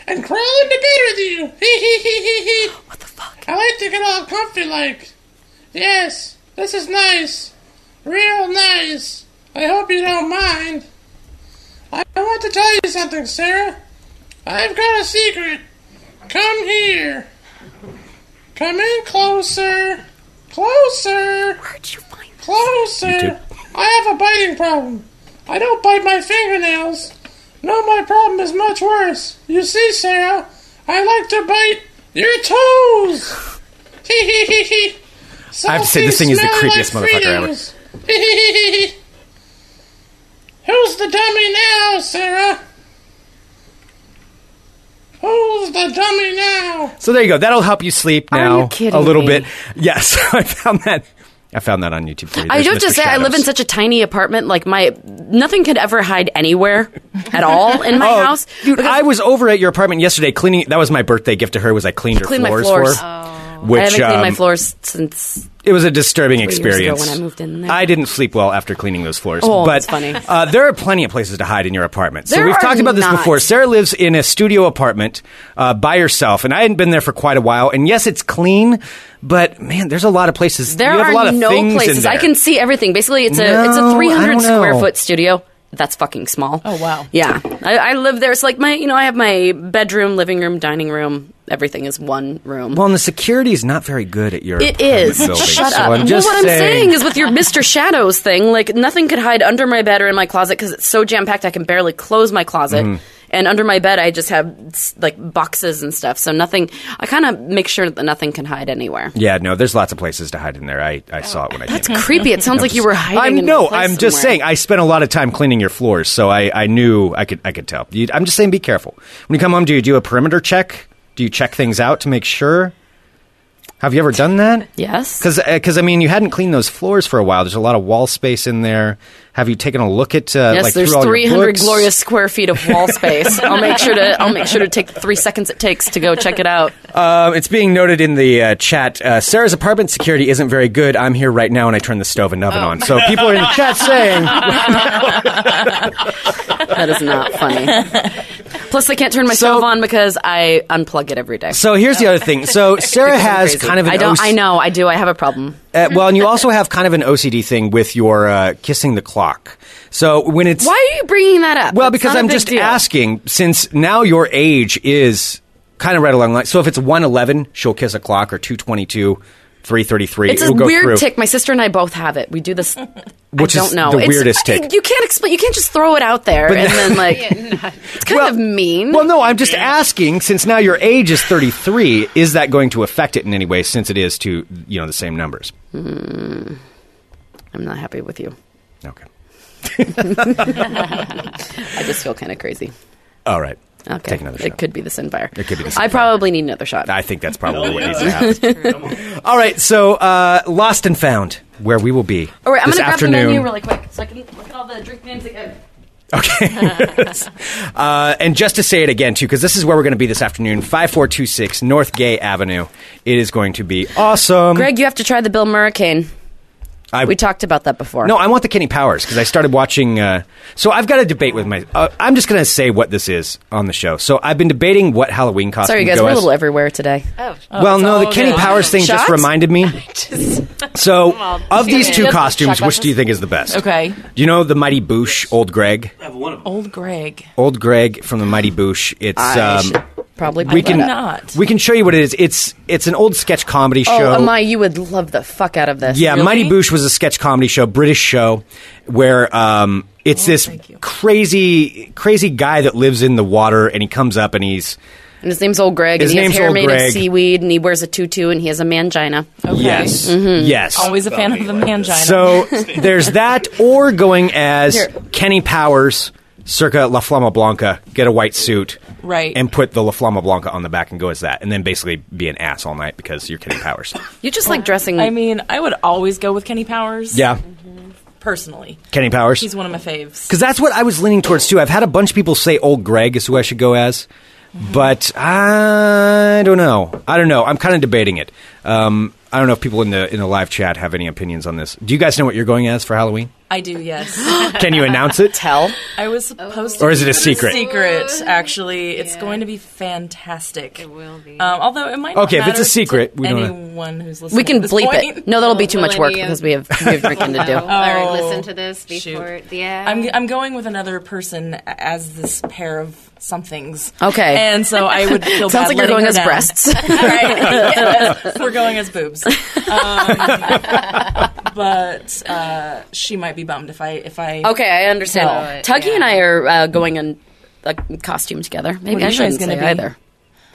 S7: and crawl into bed with you. Hee hee hee hee hee. What the fuck? I like to get all comfy like. Yes, this is nice. Real nice. I hope you don't mind. I I want to tell you something, Sarah. I've got a secret. Come here. Come in closer. Closer. Where'd you find Closer. I have a biting problem. I don't bite my fingernails. No, my problem is much worse. You see, Sarah, I like to bite your toes. Hee hee hee hee.
S5: I've said this thing is the
S7: Salty
S5: creepiest
S7: smell
S5: motherfucker ever.
S11: [LAUGHS]
S7: Fritos. [LAUGHS] Who's the dummy now, Sarah? Who's the dummy now?
S5: So there you go. That'll help you sleep now
S6: you kidding
S5: a little
S6: me?
S5: bit. Yes, [LAUGHS] I found that. I found that on YouTube for you.
S6: I
S5: There's
S6: do have to
S5: Mr.
S6: say, I live in
S5: Shadows.
S6: such a tiny apartment. Like my nothing could ever hide anywhere at all in my
S5: Oh,
S6: house.
S5: dude,
S6: Because
S5: I was over at your apartment yesterday cleaning. That was my birthday gift to her. Was I cleaned her
S6: Cleaned my
S5: floors,
S6: floors.
S5: for?
S6: Oh.
S5: her,
S6: I
S5: Which
S6: haven't cleaned my
S5: um,
S6: floors since
S5: It was a disturbing
S6: years ago
S5: experience
S6: when I moved in there.
S5: I didn't sleep well after cleaning those floors.
S6: Oh,
S5: but
S6: that's funny.
S5: Uh, there are plenty of places to hide in your apartment. So
S6: There
S5: we've
S6: are
S5: talked about this
S6: not.
S5: before. Sarah lives in a studio apartment uh, by herself, and I hadn't been there for quite a while. And yes, it's clean, but man, there's a lot of places.
S6: There
S5: you have
S6: are
S5: a lot of
S6: no
S5: things in
S6: places. I
S5: there.
S6: can see everything. Basically, it's a it's
S5: No, I
S6: a
S5: don't
S6: 300 square
S5: know.
S6: foot studio. That's fucking small.
S9: Oh, wow.
S6: Yeah, I, I live there. It's like my you know I have my bedroom, living room, dining room. Everything is one room.
S5: Well, and the security is not very good at your.
S6: it
S5: apartment
S6: is. [LAUGHS]
S5: Building,
S6: Shut
S5: so
S6: up.
S5: I'm just
S6: well, what I'm saying is with your Mr. Shadows thing, like nothing could hide under my bed or in my closet because it's so jam packed I can barely close my closet.
S5: Mm-hmm.
S6: And under my bed, I just have s- like boxes and stuff. So nothing. I kind of make sure that nothing can
S5: [LAUGHS]
S6: hide anywhere.
S5: Yeah, no, there's lots of places to hide in there. I, I saw it when I came. in.
S6: Creepy. It sounds like you were hiding.
S5: I'm
S6: in
S5: no,
S6: a place
S5: I'm just
S6: somewhere.
S5: saying. I spent a lot of time cleaning your floors, so I, I knew I could I could tell. You, I'm just saying, be careful when you come home. Do you do a perimeter check? Do you check things out to make sure? Have you ever done that?
S6: [LAUGHS] Yes.
S5: Because I mean, you hadn't cleaned those floors for a while. There's a lot of wall space in there. Have you taken a look at uh,
S6: yes,
S5: like
S6: there's
S5: through all your
S6: 300
S5: books?
S6: glorious square feet of
S5: [LAUGHS]
S6: wall space. I'll make sure to I'll make sure to take the three seconds it takes to go check it out.
S5: Uh, it's being noted in the uh, chat. Uh, Sarah's apartment security isn't very good. I'm here right now, and I turned the stove and
S6: Oh.
S5: oven on. So people are in the chat
S6: [LAUGHS]
S5: saying,
S6: that is not funny. [LAUGHS] Plus, they can't turn my stove on because I unplug it every day.
S5: So here's the other thing.
S6: [LAUGHS]
S5: So Sarah
S6: Because I'm
S5: has
S6: crazy.
S5: kind of an
S6: I don't.
S5: OC
S6: I know. I do. I have a problem.
S5: Uh, well, and you also have kind of an OCD thing with your uh, kissing the clock. So when it's
S6: Why are you bringing that up?
S5: well,
S6: That's
S5: because
S6: not a
S5: I'm
S6: big
S5: just
S6: deal.
S5: asking since now your age is kind of right along the line. So if it's 111, she'll kiss a clock, or 222, 333.
S6: It's a
S5: it'll go
S6: weird
S5: through.
S6: tick. My sister and I both have it. We do this.
S5: [LAUGHS] Which
S6: I
S5: is
S6: don't know.
S5: the
S6: It's-
S5: weirdest
S6: I-
S5: tick.
S6: You can't explain. You can't just throw it out there
S5: But
S6: and
S5: no- [LAUGHS]
S6: then like. it's kind of mean.
S5: Well, no, I'm
S6: [LAUGHS]
S5: just asking since now your age is 33, is that going to affect it in any way since it is to, you know, the same numbers?
S6: I'm not happy with you.
S5: Okay.
S6: I just feel kind of crazy.
S5: All right.
S6: Okay.
S5: Take another
S6: it
S5: shot.
S6: could be the sin fire.
S5: It could be the sin
S6: I probably need another shot.
S5: I think that's probably
S11: Oh,
S5: what
S11: yeah.
S5: needs to
S6: [LAUGHS]
S5: happen. All right, so uh, Lost and Found, where we will be
S6: All right, I'm
S5: this
S6: gonna grab
S5: afternoon.
S6: the menu really quick so I can look at all the drink names again.
S5: Uh, and just to say it again, too, because this is where we're going to be this afternoon 5426 North Gay Avenue. It is going to be awesome.
S6: Greg, you have to try the Bill Murricane.
S5: I-
S6: we talked about that before.
S5: No, I want the Kenny Powers because I started watching. Uh, so I've got a debate with my. Uh, I'm just going to say what this is on the show. So I've been debating what Halloween costume
S6: Sorry, you guys,
S5: to go
S6: we're a
S5: as.
S6: little everywhere today.
S10: Oh,
S5: well,
S9: it's
S5: no, the
S9: all
S5: Kenny
S9: good.
S5: Powers thing
S6: Shots?
S5: just reminded
S6: [LAUGHS]
S5: me. So,
S10: Well,
S5: of these
S10: yeah.
S5: two
S10: Just
S5: costumes,
S10: check
S5: which
S10: out
S5: do you
S10: this.
S5: think is the best?
S9: Okay.
S5: Do you know the Mighty Boosh, Old Greg?
S11: I have one of them.
S9: Old Greg.
S5: Old Greg from the Mighty Boosh. It's
S6: I
S5: um,
S6: should probably
S5: we
S6: pull
S5: can
S6: that up.
S9: not.
S5: we can show you what it is. It's it's an old sketch comedy show.
S6: Oh, Amai, you would love the fuck out of this.
S5: Yeah, Mighty Boosh was a sketch comedy show, British show, where um, it's this crazy, crazy guy that lives in the water, and he comes up and he's
S6: And his name's Old Greg,
S5: His
S6: and he
S5: name's
S6: has hair
S5: Old
S6: made
S5: Greg.
S6: of seaweed, and he wears a tutu, and he has a mangina.
S9: Okay.
S5: yes, yes.
S9: Always a fan of the mangina.
S5: so [LAUGHS] there's that, or going as
S6: Here.
S5: Kenny Powers, circa La Flama Blanca, get a white suit,
S9: Right.
S5: and put the La Flama Blanca on the back and go as that, and then basically be an ass all night because you're Kenny
S9: [LAUGHS]
S5: Powers.
S6: You just like dressing.
S9: I mean, I would always go with Kenny Powers.
S5: yeah,
S9: Personally.
S5: Kenny Powers.
S9: He's one of my faves.
S5: Because that's what I was leaning towards too. I've had a bunch of people say old Greg is who I should go as,
S9: Mm-hmm.
S5: but I don't know. I don't know. I'm kind of debating it. Um, I don't know if people in the in the live chat have any opinions on this. Do you guys know what you're going as for Halloween?
S9: I do, [GASPS] yes.
S5: Can you announce
S9: [LAUGHS]
S5: it?
S6: tell.
S9: I was supposed to.
S5: Oh. Or is it a
S9: keep
S5: secret?
S9: Secret, actually. It's going to be fantastic. It
S10: will be.
S9: Um, although it might. Not
S5: Okay, if it's a
S9: matter
S5: secret,
S9: to
S5: we don't-
S9: anyone who's listening.
S6: We can
S9: at this
S6: bleep
S9: point.
S6: it. No, that'll be too much work
S10: Millennium.
S6: because we have we have drinking to
S9: [LAUGHS]
S6: do. [LAUGHS]
S10: Or
S9: Oh,
S10: listen to this
S9: shoot.
S10: before. Yeah.
S9: I'm I'm going with another person a- as this pair of somethings.
S6: Okay.
S9: And so I would feel
S6: Sounds
S9: bad
S6: like you're
S9: letting
S6: going
S9: her
S6: as
S9: down.
S6: breasts.
S9: All [LAUGHS] right. [LAUGHS] Yes, We're going as boobs. Um, [LAUGHS] but uh, she might be bummed if I if I
S6: Okay, I understand.
S9: Tell
S10: it,
S6: Tuggy
S10: yeah.
S6: and I are uh, going in a costume together. Maybe I
S9: What are you guys
S6: shouldn't
S9: gonna
S6: say
S9: be?
S6: either.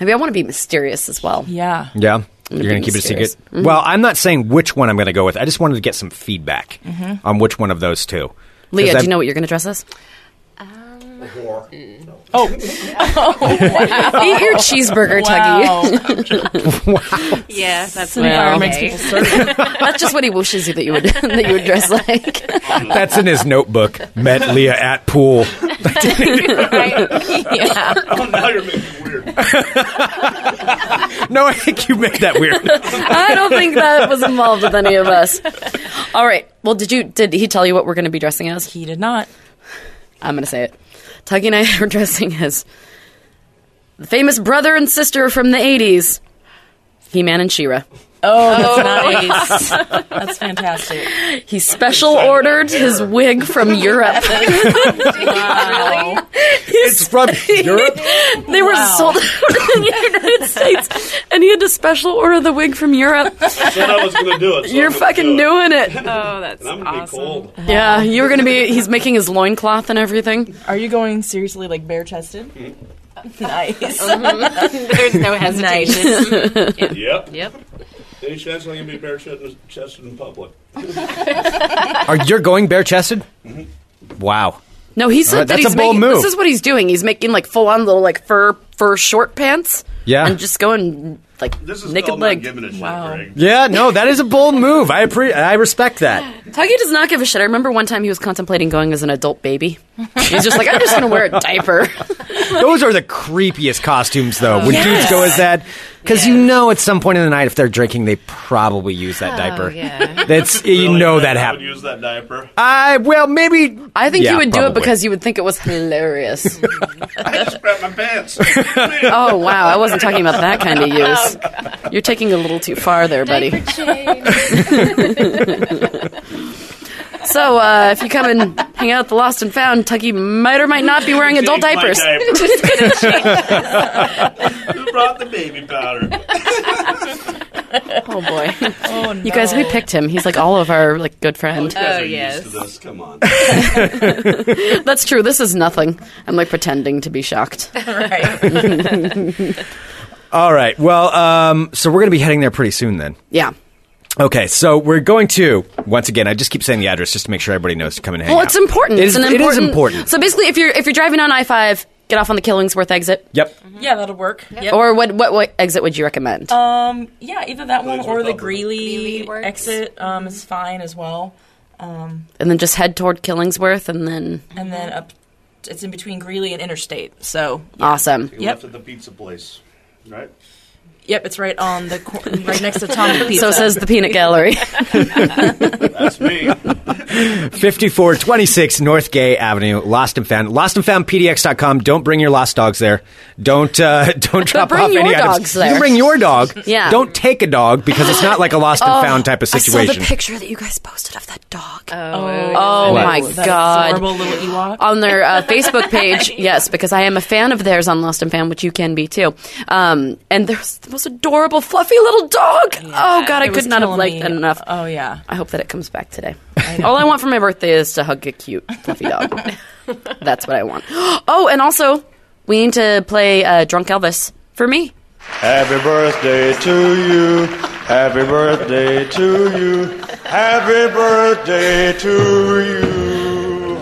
S6: Maybe I want to be mysterious as
S9: [LAUGHS]
S6: well.
S9: Yeah.
S5: Yeah. You're
S6: be
S5: going to keep it a
S6: mysterious. Mm-hmm.
S5: secret? Well, I'm not saying which one I'm going to go with. I just wanted to get some feedback on which one of those two. 'Cause
S6: Mm-hmm. Leah, do
S5: I've-
S6: you know what you're going to dress
S9: [LAUGHS]
S6: as?
S11: Oh,
S9: Oh.
S6: Eat your cheeseburger, Tuggy. [LAUGHS]
S9: Wow.
S10: yeah, that's
S9: Sin fire makes
S10: okay.
S9: people circle.
S6: That's just what he wishes you that you would [LAUGHS] that you would dress like.
S5: [LAUGHS] That's in his notebook. Met Leah at
S6: [LAUGHS]
S5: pool.
S10: [LAUGHS]
S6: yeah.
S11: Oh, now you're making it weird.
S5: No, I think you made that
S6: [LAUGHS]
S5: weird.
S6: I don't think that was involved with any of us. All right. Well, did you did he tell you what we're going to be dressing as?
S9: [LAUGHS] He did not.
S6: I'm going to say it. Tuggy and I [LAUGHS] are dressing as the famous brother and sister from the 80s, He-Man and She-Ra.
S9: Oh, that's nice. [LAUGHS] that's fantastic.
S6: He special ordered his wig
S11: [LAUGHS]
S6: from Europe.
S5: It's from Europe.
S6: They were sold out in the
S11: [LAUGHS]
S6: United States, and he had to special order the wig from Europe.
S11: Said I was going to do it. so
S6: You're
S11: I'm gonna [LAUGHS]
S6: fucking
S11: do
S6: doing it.
S10: Oh, that's
S11: And I'm going to be
S10: awesome.
S11: cold.
S6: Yeah, you were going to be, he's making his loincloth and everything.
S9: Are you going seriously like bare chested? Nice.
S6: Mm-hmm.
S10: There's
S9: [LAUGHS]
S10: no hesitation.
S11: Yep.
S10: yep.
S11: Any chance I'm going to be bare chested chested in public?
S5: Are you're going bare chested? Wow.
S6: No, he said
S5: Alright,
S6: that
S5: that's
S6: he's
S5: a bold
S6: making,
S5: move.
S6: this is what he's doing. He's making like full on little like fur fur short pants.
S5: Yeah.
S6: and just going like naked
S11: called
S6: leg.
S11: not giving a shit,
S6: wow.
S5: Yeah, no, that is a bold move. I appre- I respect that.
S6: Tuggy does not give a shit. I remember one time he was contemplating going as an adult baby. He's just like, I'm just gonna wear
S5: [LAUGHS]
S6: a diaper.
S5: Those are the creepiest costumes, though. When
S6: Yes.
S5: dudes go as that, because you know at some point in the night, if they're drinking, they probably use that diaper.
S6: Oh, yeah.
S5: That's you know that happened.
S11: Use that
S5: [LAUGHS]
S11: diaper.
S5: I well maybe
S6: I think
S5: Yeah,
S6: you would do it
S5: probably.
S6: because you would think it was hilarious.
S11: Grab my
S6: [LAUGHS]
S11: pants.
S6: oh wow, I wasn't talking about that kind of use. You're taking a little too far there, buddy. so uh, if you come and hang out at the Lost and Found, Tucky might or might not be wearing adult
S11: Change my
S6: diapers. [LAUGHS]
S11: Who brought the baby powder?
S6: oh boy, you guys,
S9: Oh.
S6: we
S9: [LAUGHS]
S6: picked him. He's like all of our like good friend.
S8: Oh,
S11: guys are
S10: yes.
S11: used to this. Come on.
S6: That's true. This is nothing. I'm like pretending to be shocked.
S5: All right. Well, um, so we're going to be heading there pretty soon then.
S6: Yeah.
S5: Okay, so we're going to once again. I just keep saying the address just to make sure everybody knows to come and hang
S6: Well,
S5: out.
S6: it's important.
S5: It is,
S6: it's an
S5: it
S6: important.
S5: is important.
S6: So basically, if you're if you're driving on I five, get off on the Killingsworth exit.
S5: yep.
S9: Yeah, that'll work. Yep.
S6: Or what, what what exit would you recommend?
S9: Um, yeah, either that one or the
S10: Greeley
S9: Greeley
S10: works.
S9: exit um,
S6: Mm-hmm.
S9: is fine as well.
S6: and then just head toward Killingsworth, and then
S9: And then up, it's in between Greeley and Interstate. So,
S6: awesome.
S11: You left at the pizza place, right?
S9: yep, it's right on
S6: [LAUGHS]
S9: the cor- right next to Tommy Pizza.
S6: So says the peanut gallery.
S11: That's me.
S5: 5426 North Gay Avenue, Lost and Found. Lost and Found PDX.com. Don't bring your lost dogs there. Don't uh, [LAUGHS] don't drop
S6: bring
S5: off
S6: your
S5: any items.
S6: dogs there.
S5: You can bring your dog.
S6: Yeah. Oh.
S5: Don't take a dog because it's not like a Lost and Found type of
S6: I saw
S5: situation.
S6: the picture that you guys posted of that dog.
S10: Oh,
S6: oh
S5: What?
S6: my
S9: That
S6: god.
S9: adorable little Ewok.
S6: on their
S9: [LAUGHS]
S6: uh, Facebook page. Yes, because I am a fan of theirs on Lost and Found, which you can be too. Um, and there's the most adorable, fluffy little dog. oh God, I
S9: It was
S6: could not have
S9: killing
S6: liked
S9: me.
S6: that enough.
S9: Oh yeah,
S6: I hope that it comes back today. All I want for my birthday is to hug a cute, fluffy dog.
S9: [LAUGHS]
S6: That's what I want. Oh, and also, we need to play uh, Drunk Elvis for me.
S12: Happy birthday to you. Happy birthday to you. Happy birthday to you.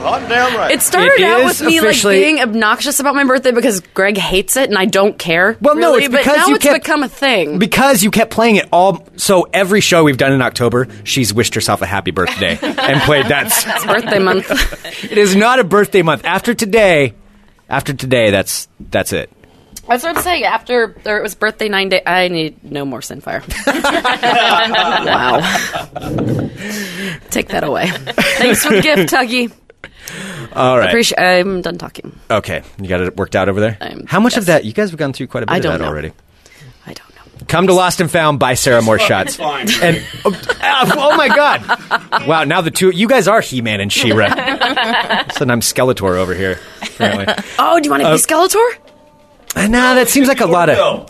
S12: Hot damn right.
S6: It started
S5: It
S6: out
S5: is
S6: with me
S5: officially-
S6: like being obnoxious about my birthday because Greg hates it and I don't care.
S5: Well, no,
S6: really,
S5: it's
S6: but
S5: because
S6: now
S5: you
S6: it's
S5: kept-
S6: become a thing.
S5: because you kept playing it all. So every show we've done in October, she's wished herself a happy
S6: [LAUGHS]
S5: birthday and played that. [LAUGHS]
S6: birthday month.
S5: it is not a birthday month. After today, after today, that's that's it.
S6: That's what I'm saying. After or it was birthday nine day, I need no more Sinfire. [LAUGHS] wow. Take that [LAUGHS] away. Thanks for the gift, Tuggy.
S5: All right.
S6: Appreciate. I'm done talking.
S5: Okay, you got it worked out over there.
S6: I'm-
S5: How much of
S6: yes.
S5: that? You guys have gone through quite a bit
S6: I
S5: of
S6: don't
S5: that
S6: know.
S5: already.
S6: I don't know.
S5: Come to Lost and Found by Sarah Moore Shots.
S11: Fine.
S5: [LAUGHS] And oh, ah, oh my god! Wow, now the two you guys are He-Man and
S6: [LAUGHS]
S5: She-Ra. Sudden I'm Skeletor over here. Apparently,
S6: Oh, do you
S5: Uh,
S6: want to be Skeletor
S5: Ah, nah, that seems like a lot of.
S11: No.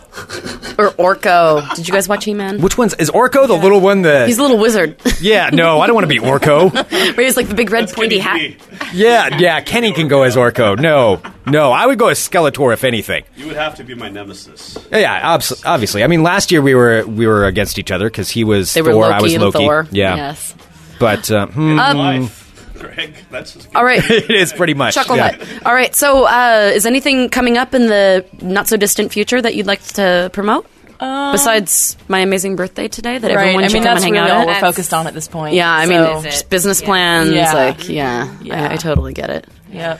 S6: or Orko? Did you guys watch He Man?
S5: Which one's is Orko the little one? The
S6: He's a little wizard.
S5: [LAUGHS] yeah, no, I don't want to be Orko.
S6: [LAUGHS] Where he's like the big red pointy hat.
S11: Me.
S5: Yeah, yeah, Kenny can go as Orko. No, no, I would go as Skeletor if anything.
S11: You would have to be my nemesis.
S5: Yeah, obs- obviously. I mean, last year we were we were against each other because he was
S6: They were
S5: Thor,
S6: Loki
S5: I was
S6: and
S5: Loki.
S6: Thor.
S5: Yeah,
S6: Yes.
S5: but uh, hmm,
S11: Life. Greg, that's just
S6: All right.
S5: [LAUGHS] it is pretty much.
S6: Chuckle
S5: yeah.
S6: [LAUGHS] Hut. All right. So, uh, is anything coming up in the not so distant future that you'd like to promote? Besides my amazing birthday today, that
S9: right.
S6: everyone
S9: I
S6: should
S9: mean,
S6: come and
S9: that's
S6: hang
S9: really
S6: out
S9: all
S6: at?
S9: we're
S10: That's-
S9: focused on at this point.
S6: Yeah, I
S9: so-
S6: mean, just business plans.
S9: Yeah.
S6: Like, yeah,
S9: Yeah.
S6: I, I totally get it.
S9: Yep.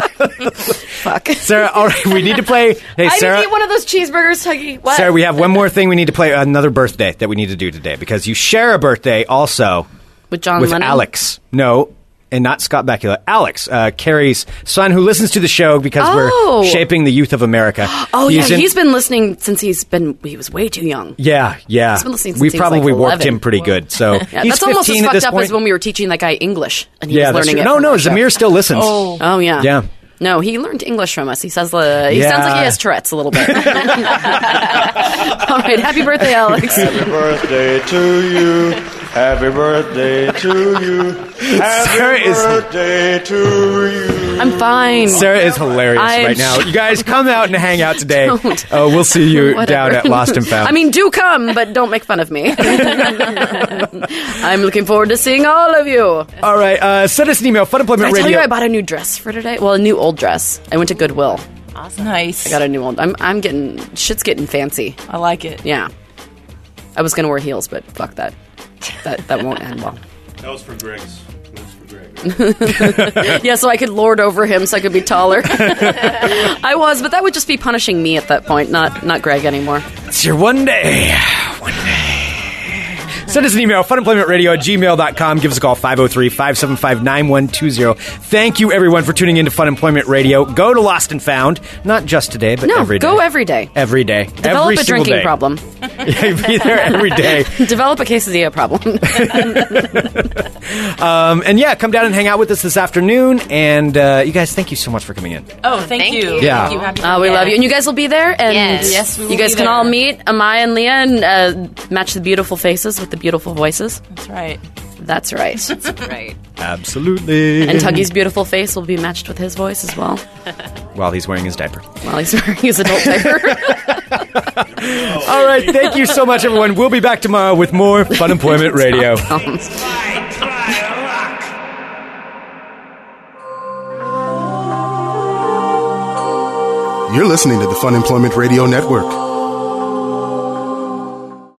S6: Fuck.
S5: Sarah, all right, we need to play. Hey,
S6: I
S5: Sarah.
S6: didn't eat one of those cheeseburgers, Huggy. What?
S5: Sarah, we have one more thing we need to play. Another birthday that we need to do today because you share a birthday also
S6: with John
S5: with
S6: Lennon.
S5: Alex. No, and not Scott Bakula. Alex, uh, Carrie's son, who listens to the show because
S6: Oh.
S5: we're shaping the youth of America.
S6: [GASPS] Oh yeah,
S5: in-
S6: he's been listening since he's been. He was way too young.
S5: Yeah, yeah.
S6: been listening since
S5: we
S6: he was, like,
S5: probably warped
S6: 11.
S5: him pretty good. So
S6: [LAUGHS] Yeah,
S5: he's
S6: that's almost
S5: 15 at
S6: as fucked
S5: this
S6: up
S5: point.
S6: as when we were teaching that guy English and he
S5: yeah,
S6: was
S5: that's
S6: learning
S5: true.
S6: it.
S5: No,
S6: from
S5: no,
S6: our show.
S5: Zamir still listens.
S9: Oh.
S6: Oh yeah.
S5: Yeah.
S6: No, he learned English from us. He says uh, he sounds like he
S5: Yeah.
S6: has Tourette's a
S5: [LAUGHS]
S6: little bit. [LAUGHS] All right, happy
S5: [LAUGHS]
S6: birthday, Alex.
S12: Happy birthday to you. Happy birthday to you. Happy
S5: Sarah is-
S12: birthday to you.
S6: I'm fine.
S5: Sarah is hilarious
S6: I'm
S5: right now. You
S6: [LAUGHS]
S5: guys come out and hang out today.
S6: Don't.
S5: Uh, we'll see you
S6: [LAUGHS] Whatever.
S5: down at Lost and Found.
S6: [LAUGHS] I mean, do come, but don't make fun
S5: [LAUGHS]
S6: of me. I'm looking forward to seeing all of you.
S5: all right. Uh, send us an email. Fun Employment
S6: Did I
S5: Radio.
S6: tell you I bought a new dress for today? Well, a new old dress. I went to Goodwill.
S10: Awesome.
S9: Nice.
S6: I got a new one. I'm I'm getting shit's getting fancy.
S9: I like it.
S6: Yeah. I was gonna wear heels, but fuck that. That that won't
S5: [LAUGHS]
S6: end well.
S11: That was for Greg's. That was for Greg.
S6: yeah, so I could lord over him, so I could
S5: [LAUGHS]
S6: be taller. I was, but that would just be punishing me at that point, not not Greg anymore.
S5: It's your one day. One day. Send us an email, funemploymentradio at gmail.com. Give us a call, 503 575 9120. Thank you, everyone, for tuning in to Fun Employment Radio. Go to Lost and Found, not just today, but
S6: no,
S5: every day.
S6: go every day.
S5: Every day.
S6: Develop
S5: every
S6: a
S5: single
S6: drinking
S5: day.
S6: problem.
S5: [LAUGHS] Yeah, be there every [LAUGHS] day.
S6: Develop a quesadilla
S5: [LAUGHS]
S6: problem.
S5: Um, and yeah, come down and hang out with us this afternoon. And uh, you guys, thank you so much for coming in.
S9: Oh, thank, you.
S5: Yeah.
S9: Thank you. Happy
S6: Uh, we
S9: yeah.
S6: love you, and you guys will be there. And
S9: Yes. Yes, we will
S6: you guys
S9: be
S6: can
S9: there.
S6: all meet Amaya and Leah and uh, match the beautiful faces with the beautiful voices.
S9: That's right.
S6: That's right.
S9: [LAUGHS]
S6: That's
S10: right.
S5: Absolutely.
S6: And Tuggy's beautiful face will be matched with his voice as well.
S5: While he's wearing his diaper.
S6: While he's wearing his adult
S9: [LAUGHS]
S6: diaper.
S5: All right, thank you so much, [LAUGHS] everyone. We'll be back tomorrow with more Fun Employment [LAUGHS] Radio.
S1: You're listening to the Fun Employment Radio Network.